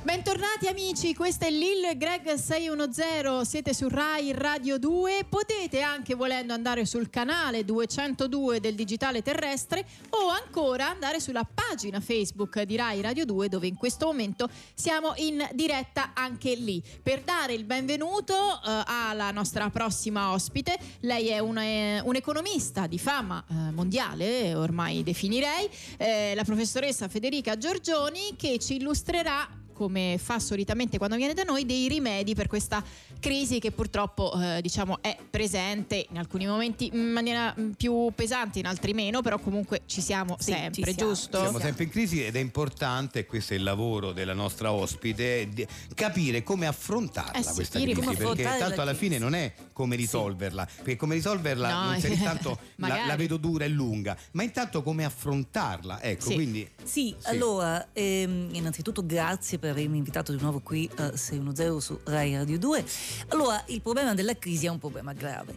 B: Bentornati amici, questa è Lil Greg 610, siete su Rai Radio 2, potete anche volendo andare sul canale 202 del Digitale Terrestre o ancora andare sulla pagina Facebook di Rai Radio 2 dove in questo momento siamo in diretta anche lì per dare il benvenuto eh, alla nostra prossima ospite. Lei è una- eh, un economista di fama eh, mondiale, ormai definirei, eh, la professoressa Federica Giorgioni che ci illustrerà come fa solitamente quando viene da noi, dei rimedi per questa crisi che purtroppo eh, diciamo è presente in alcuni momenti in maniera mm, più pesante, in altri meno, però comunque ci siamo
F: Sì,
B: sempre,
F: ci siamo,
B: giusto?
C: Siamo sempre in crisi ed è importante, questo è il lavoro della nostra ospite, di capire come affrontarla
B: Eh sì,
C: questa
B: dire
C: crisi,
B: come
C: perché
F: affrontare la
C: tanto alla
F: crisi.
C: fine non è come risolverla, perché come risolverla
B: No,
C: non se-
B: eh,
C: intanto la,
B: magari.
C: la vedo dura e lunga, ma intanto come affrontarla, ecco,
B: Sì.
C: quindi Sì.
F: Sì, allora, ehm, innanzitutto grazie per avermi invitato di nuovo qui eh, a 610 su Rai Radio 2. Allora, il problema della crisi è un problema grave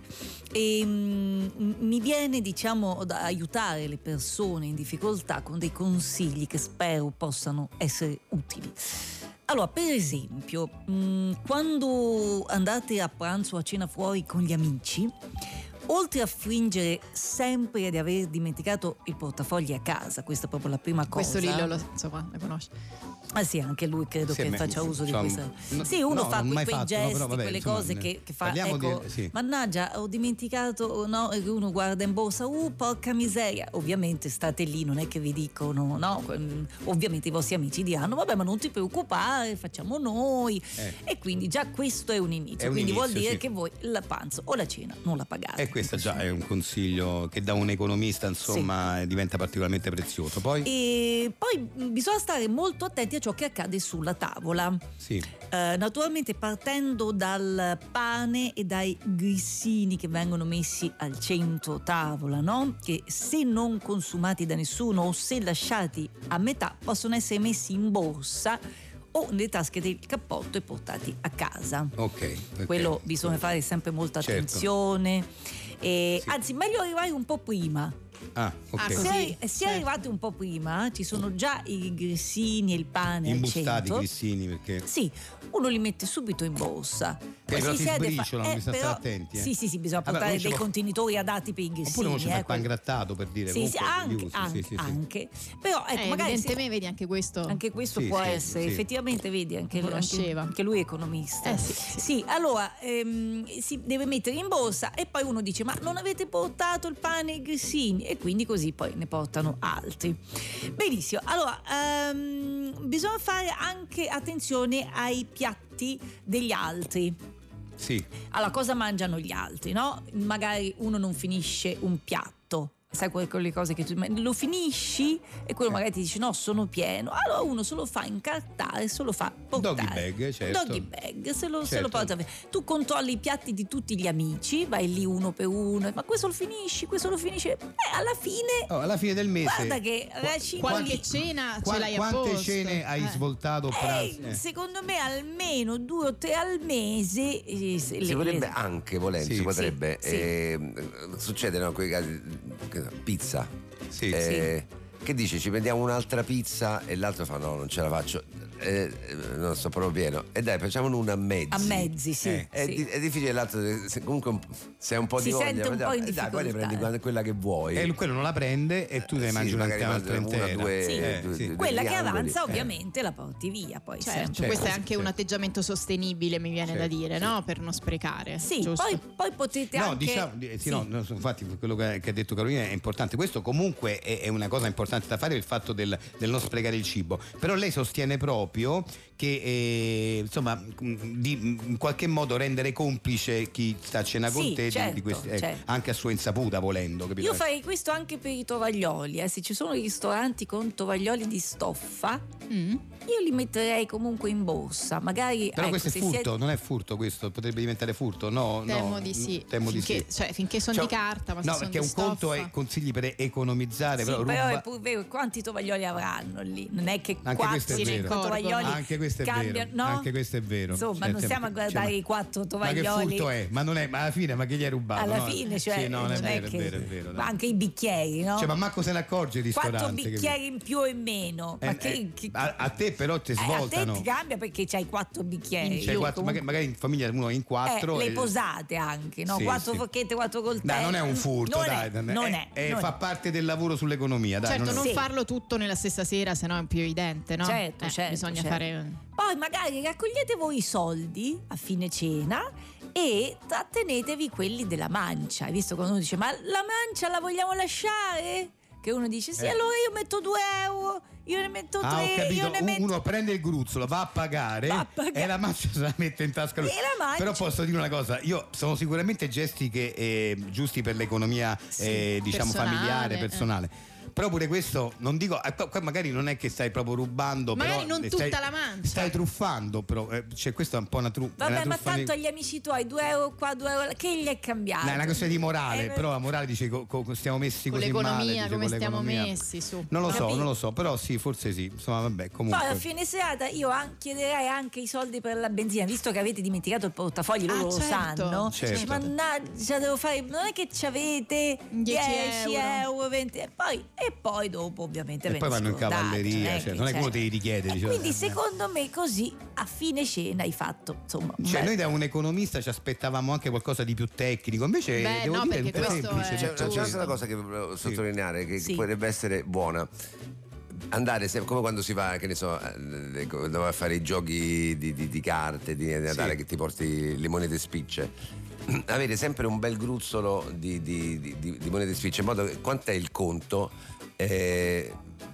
F: e mi viene, diciamo, da aiutare le persone in difficoltà con dei consigli che spero possano essere utili. Allora, per esempio, mh, quando andate a pranzo o a cena fuori con gli amici, oltre a fingere sempre di aver dimenticato il portafoglio a casa, questa è proprio la prima cosa.
B: Questo Lillo lo, insomma, lo conosce.
F: Ah sì, anche lui credo
C: Sì,
F: che
C: me-
F: faccia uso di
C: insomma,
F: questa.
C: no-
F: sì, uno
C: no,
F: fa
C: non
F: quei,
C: mai
F: quei
C: fatto, no, però
F: gesti,
C: vabbè,
F: quelle
C: insomma,
F: cose
C: ne-
F: che, che fa.
C: parliamo di-
F: Ecco,
C: sì.
F: mannaggia, ho dimenticato, oh no, e uno guarda in borsa, uh, porca miseria. Ovviamente state lì, non è che vi dicono, no, que- ovviamente i vostri amici diranno, vabbè, ma non ti preoccupare, facciamo noi.
C: Eh.
F: E quindi già questo è un inizio.
C: È un
F: quindi vuol
C: inizio,
F: dire
C: sì.
F: che voi la panza o la cena non la pagate.
C: E questo già è un consiglio che da un economista insomma diventa particolarmente prezioso. Poi
F: E poi mh, bisogna stare molto attenti a ciò che accade sulla tavola.
C: sì,
F: Eh, naturalmente partendo dal pane e dai grissini che vengono messi al centro tavola, no? che se non consumati da nessuno o se lasciati a metà possono essere messi in borsa o nelle tasche del cappotto e portati a casa.
C: ok. ok.
F: Quello bisogna fare sempre molta
C: Certo.
F: attenzione. E,
C: Sì.
F: Anzi, meglio arrivare un po' prima,
C: Ah, Eh. ok.
B: Ah,
F: se,
B: Così,
F: arri- se
B: certo.
F: arrivate un po' prima, ci sono già i grissini e il pane al
C: Imbustati i
F: centro.
C: grissini perché
F: Sì, uno li mette subito in borsa. Poi
C: però si
F: siede e
C: sbriciolano, bisogna stare attenti, eh.
F: Sì, sì, sì, bisogna
C: Vabbè,
F: portare
C: non ci
F: dei
C: può-
F: contenitori adatti per i
C: Oppure
F: grissini.
C: non ci fa
F: eh,
C: il pan grattato per dire
F: Sì, sì,
C: comunque
F: anche,
C: li usi,
F: anche,
C: sì, sì, sì.
F: anche. Però ecco,
B: Eh,
F: magari se-
B: evidentemente, vedi anche questo.
F: anche questo
C: Sì,
F: può
C: sì,
F: essere,
C: sì.
F: effettivamente vedi anche, anche,
B: Conosceva.
F: anche lui è economista.
B: Eh, sì, sì.
F: allora ehm, si deve mettere in borsa e poi uno dice ma non avete portato il pane e i grissini e quindi così poi ne portano altri. Benissimo, allora ehm, bisogna fare anche attenzione ai piatti degli altri.
C: Sì,
F: Allora, cosa mangiano gli altri, no? Magari uno non finisce un piatto. sai que- quelle cose che tu ma- lo finisci e
C: Eh.
F: quello magari ti dice no sono pieno allora uno se lo fa incartare se lo fa portare
C: Doggy bag, certo.
F: doggy bag se lo, se
C: Certo.
F: lo porta via. tu controlli i piatti di tutti gli amici vai lì uno per uno ma questo lo finisci questo lo finisci e alla fine
C: Oh, alla fine del mese.
F: Guarda che eh,
C: Qua-
F: ragazzi,
B: Qualche
F: quanti-
B: cena
C: qua-
B: ce l'hai a
C: Quante
B: posto.
C: cene hai
B: Eh.
C: svoltato o
F: eh,
C: pranzi? Eh.
F: secondo me almeno due o tre al mese eh, se-
D: Si
F: le-
D: potrebbe
F: le-
D: anche volendo,
C: Sì.
D: si potrebbe
F: Sì, sì.
D: ehm, succede no, quei casi che so, pizza.
C: Sì.
D: Eh, Che dici? Ci prendiamo un'altra pizza e l'altro fa no, non ce la faccio. Eh, eh, non sto proprio pieno. E dai, facciamone una a mezzi.
F: a mezzi sì,
C: Eh,
D: È,
F: sì.
D: di- è difficile l'altro, se- comunque un- se hai un po'
F: Si
D: di voglia,
F: sente un
D: vediamo,
F: po' in
D: eh, dai, poi ne
F: difficoltà,
D: prendi
F: eh.
D: quando- quella che vuoi.
C: E Eh, quello non la prende e tu te ne
D: Eh,
C: mangi
D: sì,
C: una
D: magari
C: un'altra
D: mangi una,
C: intera. Eh,
D: due,
F: Sì.
D: due-
C: sì.
D: due-
F: quella
D: due
F: che
D: triangoli.
F: avanza
D: Eh.
F: ovviamente la porti via poi
B: Certo,
F: sempre.
B: questo è
C: sì,
B: anche
C: certo.
B: un atteggiamento sostenibile, mi viene da
C: Certo,
B: dire,
C: sì.
B: no? Per non sprecare.
F: Sì,
B: giusto?
F: poi, poi potete
C: No,
F: anche
C: diciamo, di- sì,
F: sì.
C: no, no, so- infatti quello che che ha detto Carolina è importante. Questo comunque è, è una cosa importante da fare, il fatto del, del non sprecare il cibo. Però lei sostiene proprio che eh, insomma mh, di mh, in qualche modo rendere complice chi sta a cena con
F: Sì,
C: te di-
F: certo,
C: di questi- ecco,
F: certo.
C: anche a sua insaputa volendo, capito?
F: Io farei questo anche per i tovaglioli, eh. se ci sono i ristoranti con tovaglioli di stoffa,
B: Mm.
F: io li metterei comunque in borsa, magari...
C: Però
F: ecco,
C: questo è
F: se
C: furto,
F: siete-
C: non è furto questo, potrebbe diventare furto, no?
B: Temo
C: no,
B: di sì.
C: n- Temo di
B: finché,
C: sì.
B: Cioè, finché sono
C: Cioè,
B: di carta, ma se
C: no,
B: sono
C: perché
B: di
C: un conto
B: stoffa-
C: è consigli per economizzare,
F: Sì,
C: però,
F: però
C: ruba-
F: è pur vero, quanti tovaglioli avranno lì? Non è che
C: Anche questo è
F: 4
C: vero.
F: 5 tovaglioli
C: Anche questo è
F: cambiano,
C: vero,
F: no?
C: anche questo è vero.
F: Insomma,
C: Cioè,
F: non
C: cioè,
F: stiamo a
C: cioè,
F: guardare
C: ma-
F: i quattro
C: Ma che
F: tovaglioli.
C: furto è? Ma non è, ma alla fine, ma che gli hai rubato?
F: alla
C: no? eh,
F: fine, cioè,
C: Sì, no, non è
F: non è
C: vero,
F: che-
C: è vero, è vero. no.
F: ma anche i bicchieri, no?
C: Cioè, ma Marco se ne accorge il ristorante.
F: Quattro
C: capito?
F: bicchieri in più o in meno. Ma
C: Eh,
F: che,
C: eh,
F: che-
C: a, a te però ti
F: eh, a te
C: svoltano.
F: ti cambia perché c'hai quattro bicchieri.
C: Cioè, quattro- maga-
F: Comunque-
C: magari in famiglia uno è in quattro.
F: Eh,
C: e-
F: le posate anche, no?
C: Sì,
F: quattro
C: sì.
F: forchette, quattro coltelli.
C: Dai, non è un furto,
F: non
C: dai.
F: È, non
C: eh,
F: è,
C: eh,
F: non
C: fa
F: è.
C: parte del lavoro sull'economia, dai.
B: certo,
C: non è-
B: non
F: Sì.
B: farlo tutto nella stessa sera, sennò è più evidente, no?
F: Certo,
B: Eh,
F: certo,
B: Bisogna
F: certo.
B: fare.
F: Poi magari raccogliete voi i soldi a fine cena e trattenetevi quelli della mancia. Hai visto quando uno dice ma la mancia la vogliamo lasciare? Che uno dice sì,
C: Eh.
F: allora io metto 2 euro, io ne metto 3,
C: Ah, ho
F: io
C: capito.
F: ne
C: U-
F: metto...
C: Uno prende il gruzzolo, va a pagare,
F: Va a pagare.
C: e la mancia se la mette in tasca. lui.
F: E la mancia-
C: Però posso dire una cosa: io sono sicuramente gesti che, eh, giusti per l'economia, eh, diciamo
B: personale,
C: familiare,
B: eh.
C: personale. Però pure questo non dico, eh, qua- qua magari non è che stai proprio rubando,
B: Magari
C: però
B: non
C: stai-
B: tutta la mancia.
C: Stai truffando, però eh, cioè, questa è un po' una, tru- una
F: Vabbè, ma
C: truffa nei-
F: tanto agli amici tuoi 2 euro qua, 2 euro là, che gli è cambiato?
C: No, è una questione di
F: Eh,
C: morale,
F: beh.
C: però la morale dice co- co- stiamo messi
B: Con
C: così male,
B: l'economia,
C: dice,
B: come
C: con
B: stiamo
C: l'economia.
B: messi su.
C: Non lo so,
F: Capito?
C: non lo so, però sì, forse sì. Insomma, vabbè, comunque.
F: Poi a fine serata io an- chiederei anche i soldi per la benzina, visto che avete dimenticato il portafoglio, loro
B: Ah,
F: lo
B: certo,
F: sanno.
C: certo.
F: Dici, Mannaggia, devo fare. Non è che ci avete 10
B: 10
F: euro,
B: euro.
F: 20 e poi, e poi dopo, ovviamente.
C: E
F: ve
C: poi
F: ne
C: vanno in
F: scordate,
C: cavalleria,
F: non
C: cioè, non è che uno te li richiede,
F: E
C: dice,
F: quindi,
C: eh,
F: secondo me, così a fine cena hai fatto. Insomma, un
C: Cioè,
F: bel-
C: noi da un economista ci aspettavamo anche qualcosa di più tecnico, invece
B: Beh,
C: devo
B: no,
C: dire
B: perché
C: è
B: questo
C: semplice. cioè,
B: è-
D: C'è,
C: molto
D: cioè, c'è
C: semplice.
D: un'altra cosa che volevo sottolineare che
F: Sì.
D: potrebbe essere buona. Andare se- come quando si va, che ne so, eh, ecco, dove a fare i giochi di, di- di carte di Natale
C: Sì.
D: che ti porti le monete spicce. Avere sempre un bel gruzzolo di, di- di- di- di monete spicce, in modo che quant'è il conto? Eh,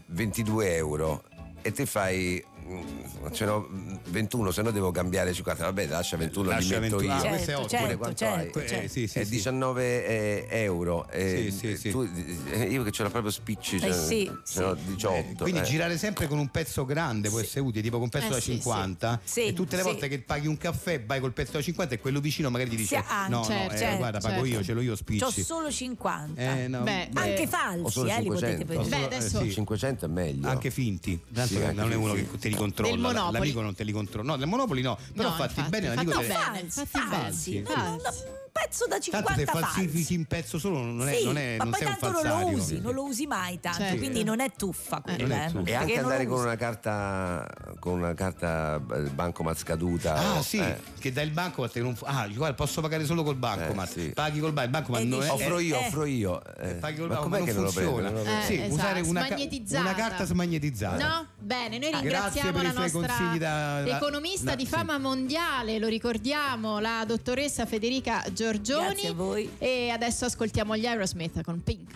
D: 22 euro e te fai. mm, Ce n'ho 21, se no devo cambiare 50. Vabbè, lascia 21,
C: Lascia
D: li metto
C: 21,
D: io.
C: ah, questo è
F: certo,
C: ottimo.
D: Pure
F: certo,
D: quanto hai.
F: certo,
C: Eh,
F: certo.
C: sì, sì,
D: Eh,
C: sì.
D: 19 eh, euro. eh,
C: Sì, sì, sì.
D: tu- eh, io che ce l'ho proprio spicci,
F: Eh,
D: cioè,
F: sì,
D: ce
F: sì.
D: l'ho
C: Eh,
D: 18.
C: Quindi
D: eh.
C: girare sempre con un pezzo grande può essere utile, tipo con un pezzo
B: Eh,
C: da
B: sì, sì.
C: 50.
F: Sì,
C: e tutte le
F: sì.
C: volte che paghi un caffè vai col pezzo da 50 e quello vicino magari ti dice:
F: Sì, ah,
C: No,
B: certo,
C: no, eh,
B: certo,
C: guarda, pago io,
B: certo.
C: ce l'ho io
F: C'ho
C: spicci.
F: solo 50.
C: Eh, no,
B: Beh,
C: beh,
F: Anche
B: eh,
D: o
F: falsi,
D: solo
F: eh, li potete
D: 500.
C: o
F: prendere.
B: Beh,
C: solo-
B: adesso-
C: sì.
D: 500 è meglio.
C: Anche finti, tanto
D: Sì,
C: che
D: anche
C: non è uno
D: finti.
C: che te li controlla,
B: Monopoli.
C: l'amico non te li controlla. No, del Monopoli no, però
B: No,
C: fatti
B: infatti,
C: bene, l'amico
B: fatti
C: te-
B: bene.
F: falsi,
B: infatti
F: falsi.
B: falsi,
F: No, no,
B: falsi.
F: no, un pezzo da 50
C: Tanto se
F: falsi.
C: falsifichi un pezzo solo non è,
F: Sì,
C: non è
F: ma
C: non
F: poi
C: sei un
F: tanto non
C: falsario.
F: lo usi, non lo usi mai tanto,
B: Certo.
F: quindi non è tuffa quella.
C: non è
F: eh,
C: tuffa.
D: E
F: perché
D: anche
F: non
D: andare
F: lo
D: con
F: usi.
D: una carta con una carta bancomat scaduta.
C: Ah
D: o-
C: sì,
D: eh.
C: che dai il banco ma te non fu- Ah, guarda, posso pagare solo col banco,
D: Eh,
C: ma
D: sì.
C: paghi col banco, il banco ma
F: E
C: non
F: dici-
C: è,
D: Offro io,
F: eh.
D: offro io. eh.
C: paghi col
D: Ma
C: banco, ma
D: com'è
C: non
D: che non lo
C: funziona.
D: prendo? Non lo prendo.
B: Eh,
C: sì,
B: esatto,
C: usare una, ca-
B: smagnetizzata.
C: una carta smagnetizzata.
B: No? Bene, noi
C: Grazie
B: ringraziamo
C: per
B: la
C: i suoi
B: nostra
C: consigli da- da-
B: economista
C: da-
B: di
C: sì.
B: fama mondiale, lo ricordiamo, la dottoressa Federica
F: Grazie a
B: Giorgioni.
F: voi.
B: E adesso ascoltiamo gli Aerosmith con Pink.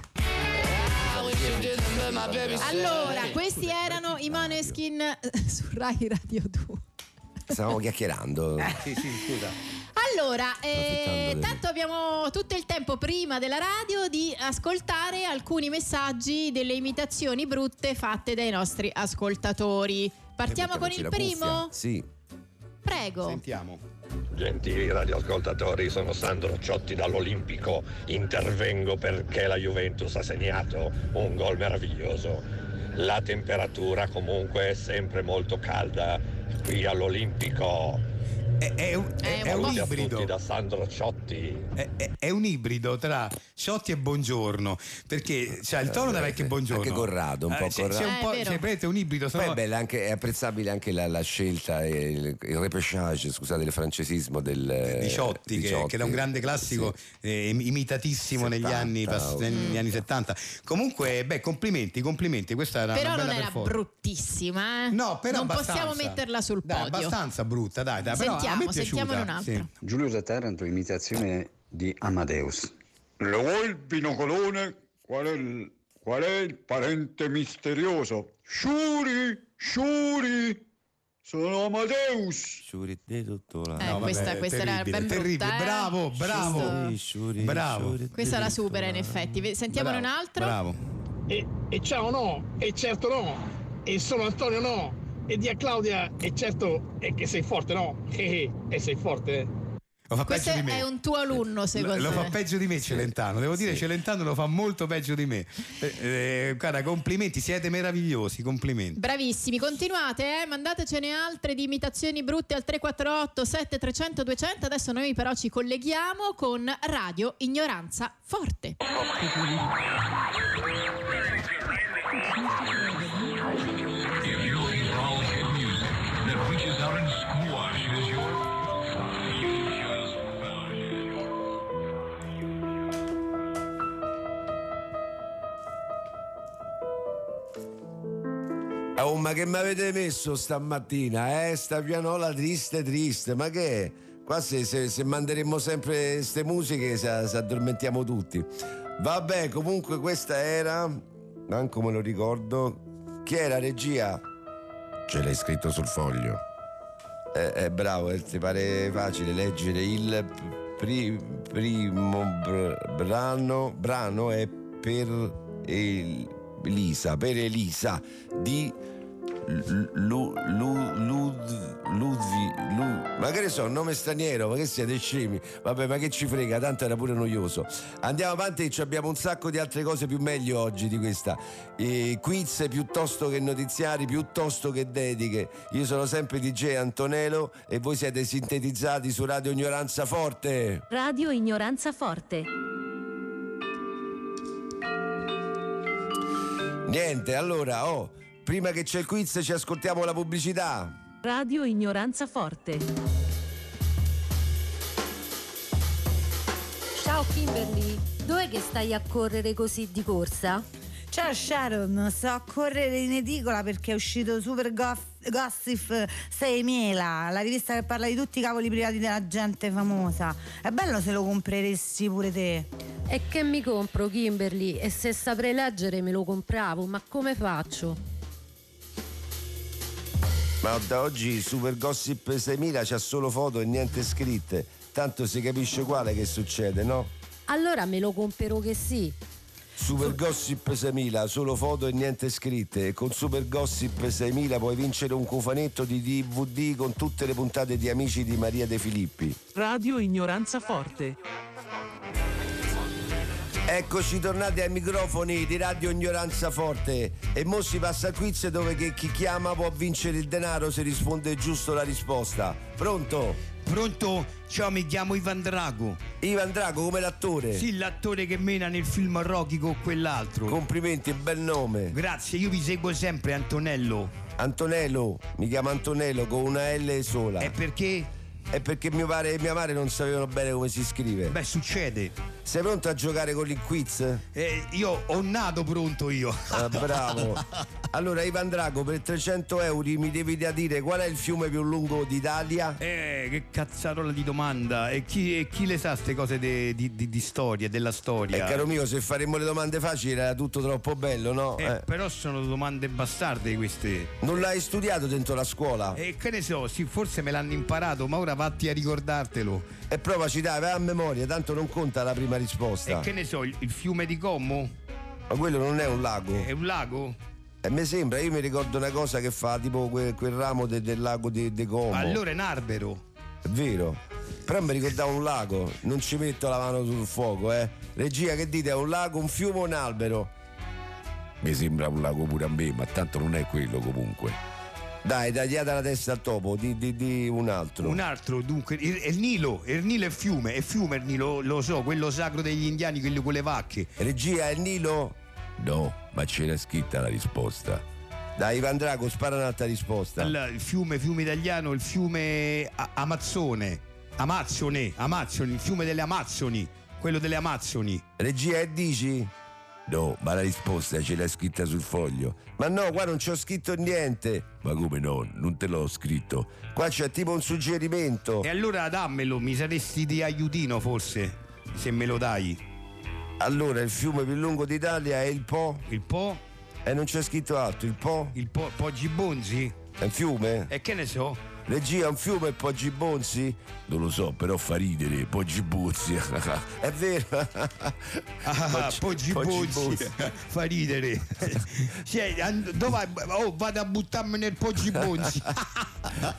B: Allora, questi erano i Moneskin eh, su Rai Radio 2.
F: Eh.
D: Stavamo chiacchierando.
C: Sì, sì, scusa.
B: Allora, eh,
D: Approfittando del-
B: tanto abbiamo tutto il tempo prima della radio di ascoltare alcuni messaggi delle imitazioni brutte fatte dai nostri ascoltatori. Partiamo con
D: Mettiamoci
B: il
D: la
B: primo?
D: cuffia. Sì.
B: Prego.
C: Sentiamo.
G: Gentili radioascoltatori, sono Sandro Ciotti dall'Olimpico. Intervengo perché la Juventus ha segnato un gol meraviglioso. La temperatura comunque è sempre molto calda qui all'Olimpico.
C: È, Eh, è un, è-
B: un
C: è un
B: po'.
G: Saluti a tutti
C: ibrido.
G: da Sandro Ciotti.
C: È, è- è un ibrido tra Ciotti e Buongiorno perché c'ha il tono da vecchio e Buongiorno.
D: Anche Corrado, un po'
C: Eh, c'è, c'è
D: Corrado.
C: un po',
B: Eh, è vero.
C: c'è veramente un ibrido. se
D: Poi è,
C: no-
D: bella anche, è apprezzabile anche la, la scelta, e il, il repechage, scusate il francesismo del eh,
C: di Ciotti, che- Che,
D: Ciotti.
C: era un grande classico eh, im- imitatissimo negli,
D: 70,
C: anni, pass-
D: o-
C: negli anni 70 comunque beh complimenti complimenti questa era
B: Però
C: una
B: non
C: bella
B: era
C: performance.
B: bruttissima, eh?
C: no però
B: non
C: abbastanza.
B: possiamo metterla sul
C: Dai,
B: podio.
C: abbastanza brutta dai, dai però a me
B: Sentiamo,
C: è piaciuta
B: sentiamone un'altra.
C: sì.
H: Giulio da Taranto, imitazione di Amadeus.
I: Lo vuoi il binocolone? Qual è il, qual è il parente misterioso? Shuri, Shuri, sono Amadeus.
D: Sciurite tutto là.
B: Eh,
C: No, vabbè,
B: questa- questa era
C: terribile,
B: ben
C: terribile.
B: brutta, eh.
C: bravo bravo
B: Giusto.
C: bravo.
B: Questa la supera in effetti. Ve- Sentiamone
C: Bravo,
B: un altro.
C: bravo
J: E, e ciao no, e certo no, e sono Antonio no, e di a Claudia, e certo, e che sei forte no, e, e sei forte. eh.
C: lo fa
B: Questo
C: peggio di
B: è
C: me
B: un tuo alunno, secondo
C: lo
B: me.
C: fa peggio di me Celentano, devo dire
D: Sì.
C: Celentano lo fa molto peggio di me. Eh, eh, guarda, complimenti, siete meravigliosi, complimenti.
B: Bravissimi, continuate, eh? mandatecene altre di imitazioni brutte al 348 7300 200. Adesso noi però ci colleghiamo con Radio Ignoranza Forte.
D: Oh, ma che mi avete messo stamattina, eh? Sta pianola triste, triste. Ma che è? Qua se, se- se manderemo sempre queste musiche si addormentiamo tutti. Vabbè, comunque questa era... Manco me lo ricordo. Chi era regia? Ce l'hai scritto sul foglio. Eh, eh, bravo, eh, ti pare facile leggere il pri- primo br- brano. Brano è per El- Elisa, per Elisa di Lu- Lu- Lu- Lud- Ludvi Lu- ma che ne so, nome straniero, ma che siete scemi? Vabbè, ma che ci frega, tanto era pure noioso. Andiamo avanti, ci abbiamo un sacco di altre cose più meglio oggi di questa. Eh, quiz piuttosto che notiziari, piuttosto che dediche. Io sono sempre DJ Antonello e voi siete sintetizzati su Radio Ignoranza Forte.
K: Radio Ignoranza Forte.
D: Niente, allora, oh, prima che c'è il quiz ci ascoltiamo la pubblicità.
K: Radio Ignoranza Forte. Ciao Kimberly, dov'è che stai a correre così di corsa?
E: Ciao Sharon, sto a correre in edicola perché è uscito Super Goff- Gossip 6000, la rivista che parla di tutti i cavoli privati della gente famosa. È bello se lo compreresti pure te.
K: E che mi compro Kimberly? E se saprei leggere me lo compravo, ma come faccio?
D: Ma da oggi Super Gossip 6000 c'ha solo foto e niente scritte. Tanto si capisce quale che succede, no?
K: Allora me lo compro che sì.
D: Super Gossip 6000, solo foto e niente scritte. E con Super Gossip 6000 puoi vincere un cofanetto di DVD con tutte le puntate di Amici di Maria De Filippi.
J: Radio Ignoranza Forte.
D: Eccoci tornati ai microfoni di Radio Ignoranza Forte. E mo si passa al quiz dove che chi chiama può vincere il denaro se risponde giusto la risposta. Pronto?
C: Pronto? Ciao, mi chiamo Ivan Drago.
D: Ivan Drago come l'attore.
C: Sì, l'attore che mena nel film Rocky con quell'altro.
D: Complimenti, bel nome.
C: Grazie, io vi seguo sempre, Antonello.
D: Antonello, mi chiamo Antonello con una L sola.
C: E
D: È,
C: perché?
D: perché mio padre e mia madre non sapevano bene come si scrive.
C: Eh Beh, succede.
D: Sei pronto a giocare con il quiz?
C: Eh, io ho nato pronto io.
D: Ah, bravo. Allora, Ivan Drago, per 300 euro mi devi da dire qual è il fiume più lungo d'Italia?
C: Eh, che cazzarola di domanda. E chi, e chi le sa ste cose de- di, di- di storia, della
D: Eh,
C: storia?
D: caro mio, se faremmo le domande facili era tutto troppo bello, no?
C: Eh,
D: Eh,
C: però sono domande bastarde queste.
D: Non l'hai
C: Eh.
D: studiato dentro la scuola?
C: E che ne so, sì, forse me l'hanno imparato, ma ora vatti a ricordartelo.
D: E provaci dai, vai a memoria, tanto non conta la prima risposta.
C: E che ne so, il, il fiume di Como?
D: Ma quello non è un lago.
C: È un lago?
D: E Eh, mi sembra, io mi ricordo una cosa che fa tipo que- quel ramo de- del lago di de Como.
C: Allora è un albero.
D: È vero. Però mi ricordavo un lago, non ci metto la mano sul fuoco, eh. Regia, che dite? È un lago, un fiume o un albero? Mi sembra un lago pure a me, ma tanto non è quello comunque. Dai, tagliata la testa al topo, di, di- di un altro.
C: Un altro, dunque, il, il Nilo, il Nilo è fiume, è fiume il Nilo, lo so, quello sacro degli indiani, quello con le vacche.
D: Regia, il Nilo? No, ma c'era scritta la risposta. Dai, Ivan Drago, spara un'altra risposta.
C: Allora, il fiume, fiume italiano, il fiume A- Amazzone, Amazzone, Amazzoni, il fiume delle Amazzoni, quello delle Amazzoni.
D: Regia, e dici? No, ma la risposta ce l'ha scritta sul foglio. Ma no, qua non ci ho scritto niente. Ma come no? Non te l'ho scritto. Qua c'è tipo un suggerimento.
C: E allora dammelo, mi saresti di aiutino forse, se me lo dai.
D: Allora, il fiume più lungo d'Italia è il Po?
C: Il Po?
D: E non c'è scritto altro, il Po?
C: Il Po, Poggi Bonzi?
D: È un fiume?
C: E che ne so?
D: Regia, un fiume e Poggi Bonzi? Non lo so, però fa ridere, Poggi Bonzi. è vero.
C: Ah, Poggi Bonzi
D: Bonzi.
C: fa ridere. Cioè, and- dov'è- oh, vado a buttarmi nel Poggi Bonzi. Ah,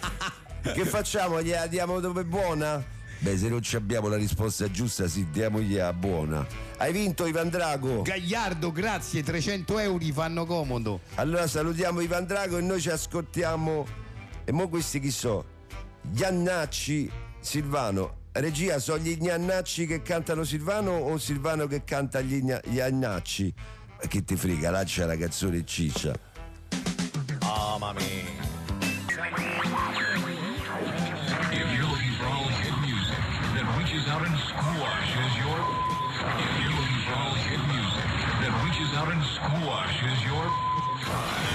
D: Che facciamo? Gliela diamo dove buona? Beh, se non ci abbiamo la risposta giusta, sì, diamogli a buona. Hai vinto Ivan Drago.
C: Gagliardo, grazie, 300 euro fanno comodo.
D: Allora salutiamo Ivan Drago e noi ci ascoltiamo. E mo questi chi so? Giannacci Silvano. Regia, sono gli gnannacci che cantano Silvano o Silvano che canta gli gna- gli annacci? Ma che ti frega, lancia la canzone ciccia.
L: Amami. If you're looking for all the hit music that reaches out and squashes your... If you're looking for all the hit music that reaches out and squashes your...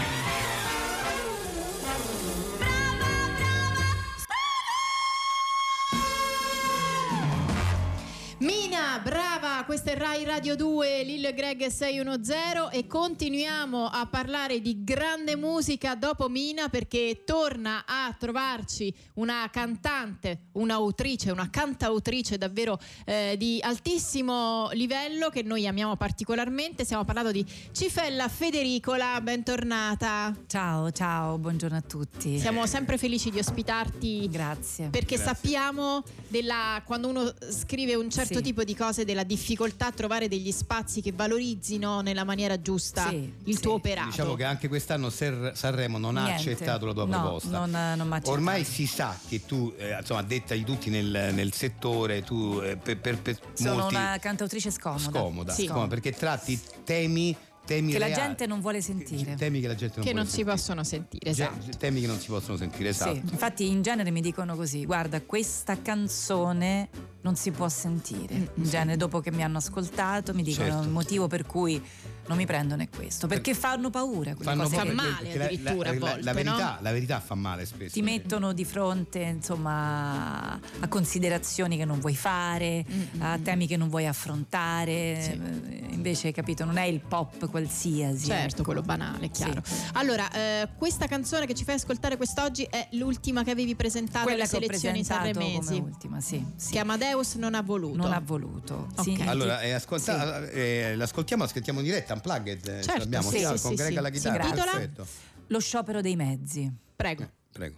B: Mina, brava, questa è Rai Radio 2, Lil Greg 610 e continuiamo a parlare di grande musica dopo Mina perché torna a trovarci una cantante, un'autrice, una cantautrice davvero eh, di altissimo livello che noi amiamo particolarmente. Stiamo parlando di Cifella Federicola, bentornata.
F: Ciao, ciao, buongiorno a tutti.
B: Siamo sempre felici di ospitarti.
F: Grazie.
B: Perché
F: Grazie.
B: sappiamo della, quando uno scrive un certo
F: Sì.
B: tipo di cose, della difficoltà a trovare degli spazi che valorizzino nella maniera giusta il tuo operato.
C: Diciamo che anche quest'anno Ser- Sanremo non ha
F: Niente.
C: accettato la tua
F: No,
C: proposta.
F: non, non mi ha accettato.
C: Ormai si sa che tu, eh, insomma, detta di tutti nel, nel settore, tu eh, per, per- per
F: Sono
C: molti
F: una cantautrice scomoda.
C: scomoda,
F: Sì.
C: scomoda, perché tratti temi, temi
F: Che la
C: reali,
F: gente non vuole sentire.
C: temi che la gente non,
B: che non
C: vuole
B: si possono sentire,
C: sentire.
B: esatto.
C: Ge- temi che non si possono sentire, esatto.
F: Sì, infatti in genere mi dicono così, guarda questa canzone non si può sentire.
B: Mm,
F: In genere dopo che mi hanno ascoltato mi dicono
C: Certo.
F: il motivo per cui non mi prendono è questo, perché fanno paura. quelle cose
C: paura
F: che-
C: perché la- la, la- la verità, la verità fa male spesso.
F: Ti mettono di fronte insomma a considerazioni che non vuoi fare,
B: Mm,
F: a temi che non vuoi affrontare. Eh, Invece, capito, non è il pop qualsiasi. ecco.
B: Certo, quello banale, chiaro. Allora, eh, questa canzone che ci fai ascoltare quest'oggi è l'ultima che avevi presentato
F: Quella
B: alle
F: che ho
B: selezioni
F: presentato come
B: sanremesi.
F: ultima, sì,
B: Che Amadeus non ha voluto. Non ha
F: voluto.
C: Allora, eh, ascolta- eh, l'ascoltiamo, ascoltiamo in diretta, unplugged. eh, ce
F: Certo,
C: l'abbiamo,
F: sì,
C: sì,
F: sì,
C: con
F: sì,
C: Greg
F: sì.
C: alla
F: Si
C: chitarra.
F: intitola?
C: Perfetto. Eh,
F: Lo sciopero dei mezzi.
B: Prego.
C: Prego.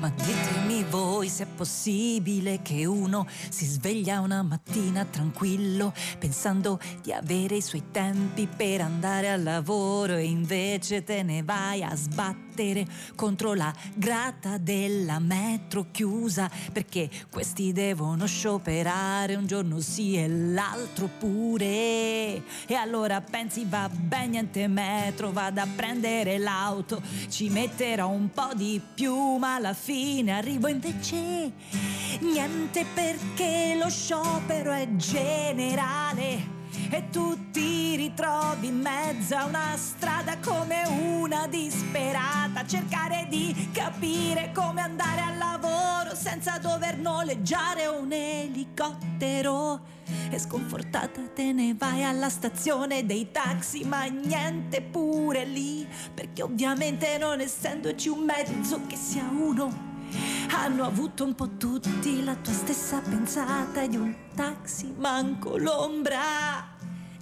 F: Ma ditemi voi se è possibile che uno si sveglia una mattina tranquillo pensando di avere i suoi tempi per andare al lavoro e invece te ne vai a sbattere contro la grata della metro chiusa perché questi devono scioperare un giorno sì e l'altro pure e allora pensi va bene niente metro vado a prendere l'auto ci metterò un po' di più ma alla fine arrivo invece niente perché lo sciopero è generale e tu ti ritrovi in mezzo a una strada come una disperata a cercare di capire come andare al lavoro senza dover noleggiare un elicottero e sconfortata te ne vai alla stazione dei taxi ma niente pure lì perché ovviamente non essendoci un mezzo che sia uno hanno avuto un po' tutti la tua stessa pensata di un taxi manco l'ombra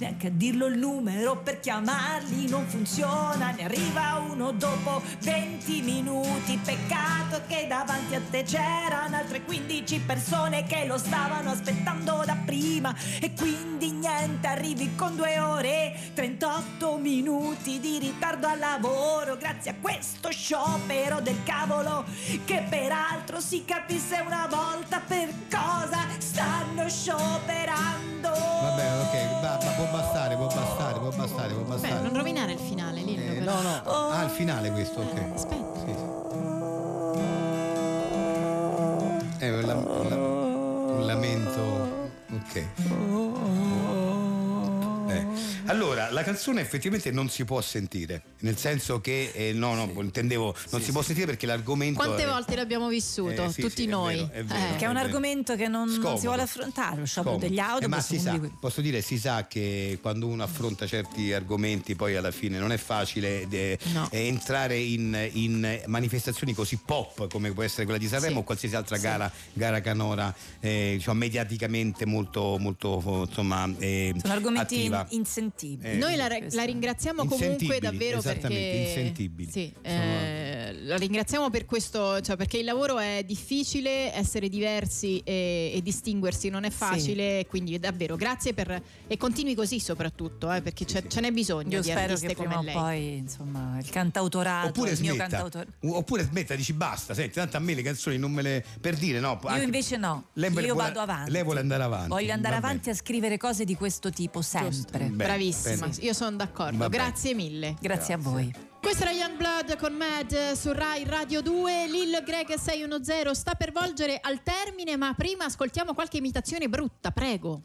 F: Neanche a dirlo il numero per chiamarli non funziona, ne arriva uno dopo 20 minuti. Peccato che davanti a te c'erano altre 15 persone che lo stavano aspettando da prima e quindi niente, arrivi con 2 ore e 38 minuti di ritardo al lavoro grazie a questo sciopero del cavolo che peraltro si capisse una volta per cosa stanno scioperando.
C: Vabbè, ok, va- va- può bastare, può bastare, può bastare, può
B: Beh,
C: bastare.
B: non rovinare il finale, Lillo.
C: Eh,
B: però.
C: no, no, ah, al finale questo, ok.
B: Aspetta.
C: Sì, sì. È Eh, un, lam- un lam- un lamento. Ok. Eh, Allora, la canzone effettivamente non si può sentire, nel senso che, eh, no, no, intendevo, non si può sentire perché l'argomento...
B: Quante
C: è-
B: volte l'abbiamo vissuto?
C: Eh, sì,
B: Tutti
C: sì, è
B: noi.
C: vero, è vero.
A: Che è un
C: Eh,
A: argomento che non, non si
C: Scomodo.
A: vuole affrontare, lo sciopero
C: Comodo.
A: degli autobus.
C: Eh, ma si
A: uno
C: sa,
A: di quei-
C: posso dire, si sa che quando uno affronta certi argomenti poi alla fine non è facile eh, eh, entrare in, in manifestazioni così pop come può essere quella di Sanremo o qualsiasi altra gara, gara canora eh, diciamo, mediaticamente molto, molto insomma, eh,
A: Sono argomenti
C: attiva.
A: insentibili.
C: Eh,
B: Noi la, la ringraziamo comunque
C: Insentibili,
B: davvero perché
C: esattamente, insentibili.
B: Sì, eh, la ringraziamo per questo, cioè perché il lavoro è difficile, essere diversi e, e distinguersi non è facile, quindi davvero grazie per e continui così soprattutto, eh, perché c'è- ce n'è bisogno
A: Io
B: di
A: spero
B: artiste
A: che prima
B: come
A: o
B: lei.
A: poi, insomma, il cantautorato,
C: Oppure
A: il mio
C: smetta,
A: cantautore.
C: u- oppure smetta, dici basta, senti, tanto a me le canzoni non me le... per dire no.
A: Io
C: anche-
A: invece no,
C: lei vuole-
A: io
C: vuole-
A: vado avanti.
C: Lei vuole andare avanti.
A: Voglio andare
C: va bene.
A: avanti a scrivere cose di questo tipo sempre.
C: Bene,
B: Bravissima,
C: bene.
B: io sono d'accordo.
C: Vabbè.
B: Grazie mille.
A: Grazie a voi.
B: Questo era Young Blood con Mad eh, su Rai Radio 2. Lil Greg 610 sta per volgere al termine, ma prima ascoltiamo qualche imitazione brutta, prego.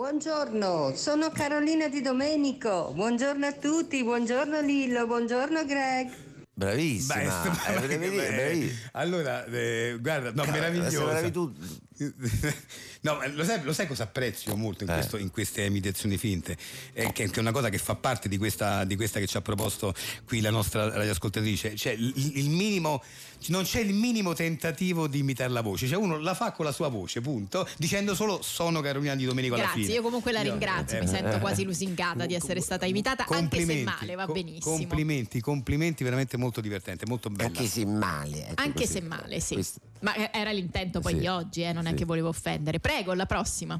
M: Buongiorno, sono Carolina Di Domenico. Buongiorno a tutti, buongiorno Lillo, buongiorno Greg.
D: Bravissima.
C: Beh,
D: Eh,
C: beh,
D: volevi dire,
C: beh,
D: volevi-
C: Allora, eh, guarda, no,
D: Cazzo,
C: meravigliosa.
D: sembravi tu-
C: No, ma lo sai, lo sai cosa apprezzo molto in,
D: Eh.
C: questo- in queste imitazioni finte? Eh, che, che è una cosa che fa parte di questa, di questa che ci ha proposto qui la nostra radioascoltatrice. Cioè, il, il minimo, non c'è il minimo tentativo di imitare la voce. Cioè, uno la fa con la sua voce, punto, dicendo solo sono Carolina di Domenico alla
B: Grazie,
C: fine.
B: io comunque la
C: Io-
B: ringrazio,
C: eh,
B: mi sento
C: eh.
B: quasi lusingata di essere stata imitata, anche se
C: Complimenti,
B: male, va
C: co-
B: benissimo.
C: Complimenti, complimenti, veramente molto divertente, molto bello. Anche
D: se male.
B: anche se male, sì. Ma eh, era l'intento poi
N: Sì,
B: di oggi, eh, non è
N: sì.
B: che volevo offendere. Prego, la prossima.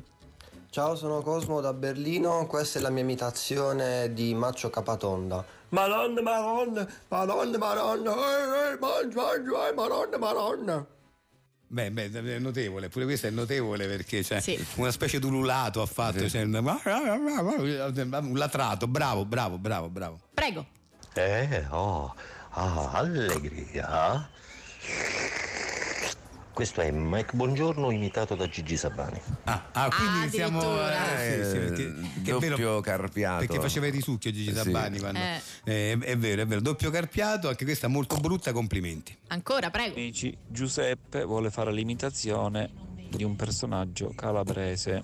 N: Ciao, sono Cosmo da Berlino, questa è la mia imitazione di Maccio Capatonda. Madonna, madonna, madonna, madonna, eh, eh, mangi, mangi, eh, madonna, madonna.
C: Beh, beh, è notevole, pure questo è notevole perché c'è
N: Sì.
C: una specie di ululato ha fatto, cioè, un latrato, bravo, bravo, bravo, bravo.
B: Prego.
O: Eh, oh, ah, allegria. Questo è Mike Buongiorno imitato da Gigi Sabani.
C: Ah, ah, quindi siamo eh, sì, sì, perché- che è vero,
D: doppio carpiato.
C: perché faceva il risucchio Gigi
D: Sì.
C: Sabani quando-
B: Eh.
C: Eh, è vero, è vero, doppio carpiato, anche questa è molto brutta, complimenti.
B: Ancora, prego.
G: Amici, Giuseppe vuole fare l'imitazione di un personaggio calabrese.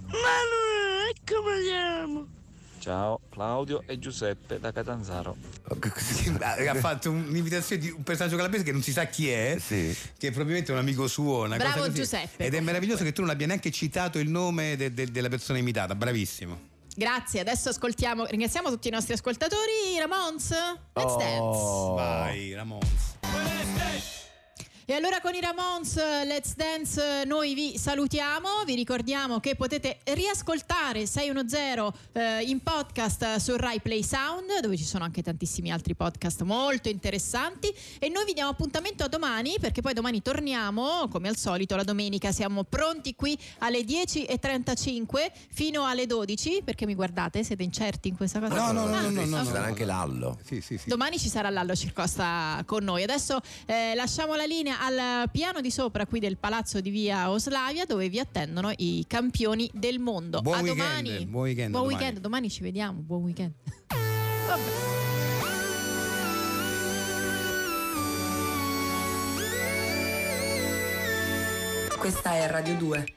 P: Ecco, vediamo.
G: Ciao, Claudio e Giuseppe da Catanzaro.
C: ha fatto un'imitazione di un personaggio calabrese che non si sa chi è, che è probabilmente un amico suo. Una
B: Bravo
C: cosa così.
B: Giuseppe.
C: Ed è meraviglioso che tu non abbia neanche citato il nome de- de- della persona imitata, bravissimo.
B: Grazie, adesso ascoltiamo, ringraziamo tutti i nostri ascoltatori. Ramons,
D: Oh,
B: let's dance.
C: Vai, Ramon.
B: E allora con i Ramons eh, Let's Dance eh, noi vi salutiamo, vi ricordiamo che potete riascoltare 610 eh, in podcast eh, su Rai Play Sound dove ci sono anche tantissimi altri podcast molto interessanti e noi vi diamo appuntamento a domani perché poi domani torniamo come al solito la domenica siamo pronti qui alle 10.35 fino alle 12 perché mi guardate siete incerti in questa cosa?
D: No, no, no,
B: Ah,
D: no, no, no,
B: ok.
D: ci sarà anche l'allo.
C: Sì, sì, sì.
B: Domani ci sarà Lallo Circosta con noi. Adesso eh, lasciamo la linea linea al piano di sopra qui del palazzo di via Oslavia dove vi attendono i campioni del mondo.
C: Buon
B: a
C: weekend,
B: domani.
C: buon weekend
B: Buon
C: domani.
B: weekend, domani ci vediamo. Buon weekend.
A: Questa è Radio 2.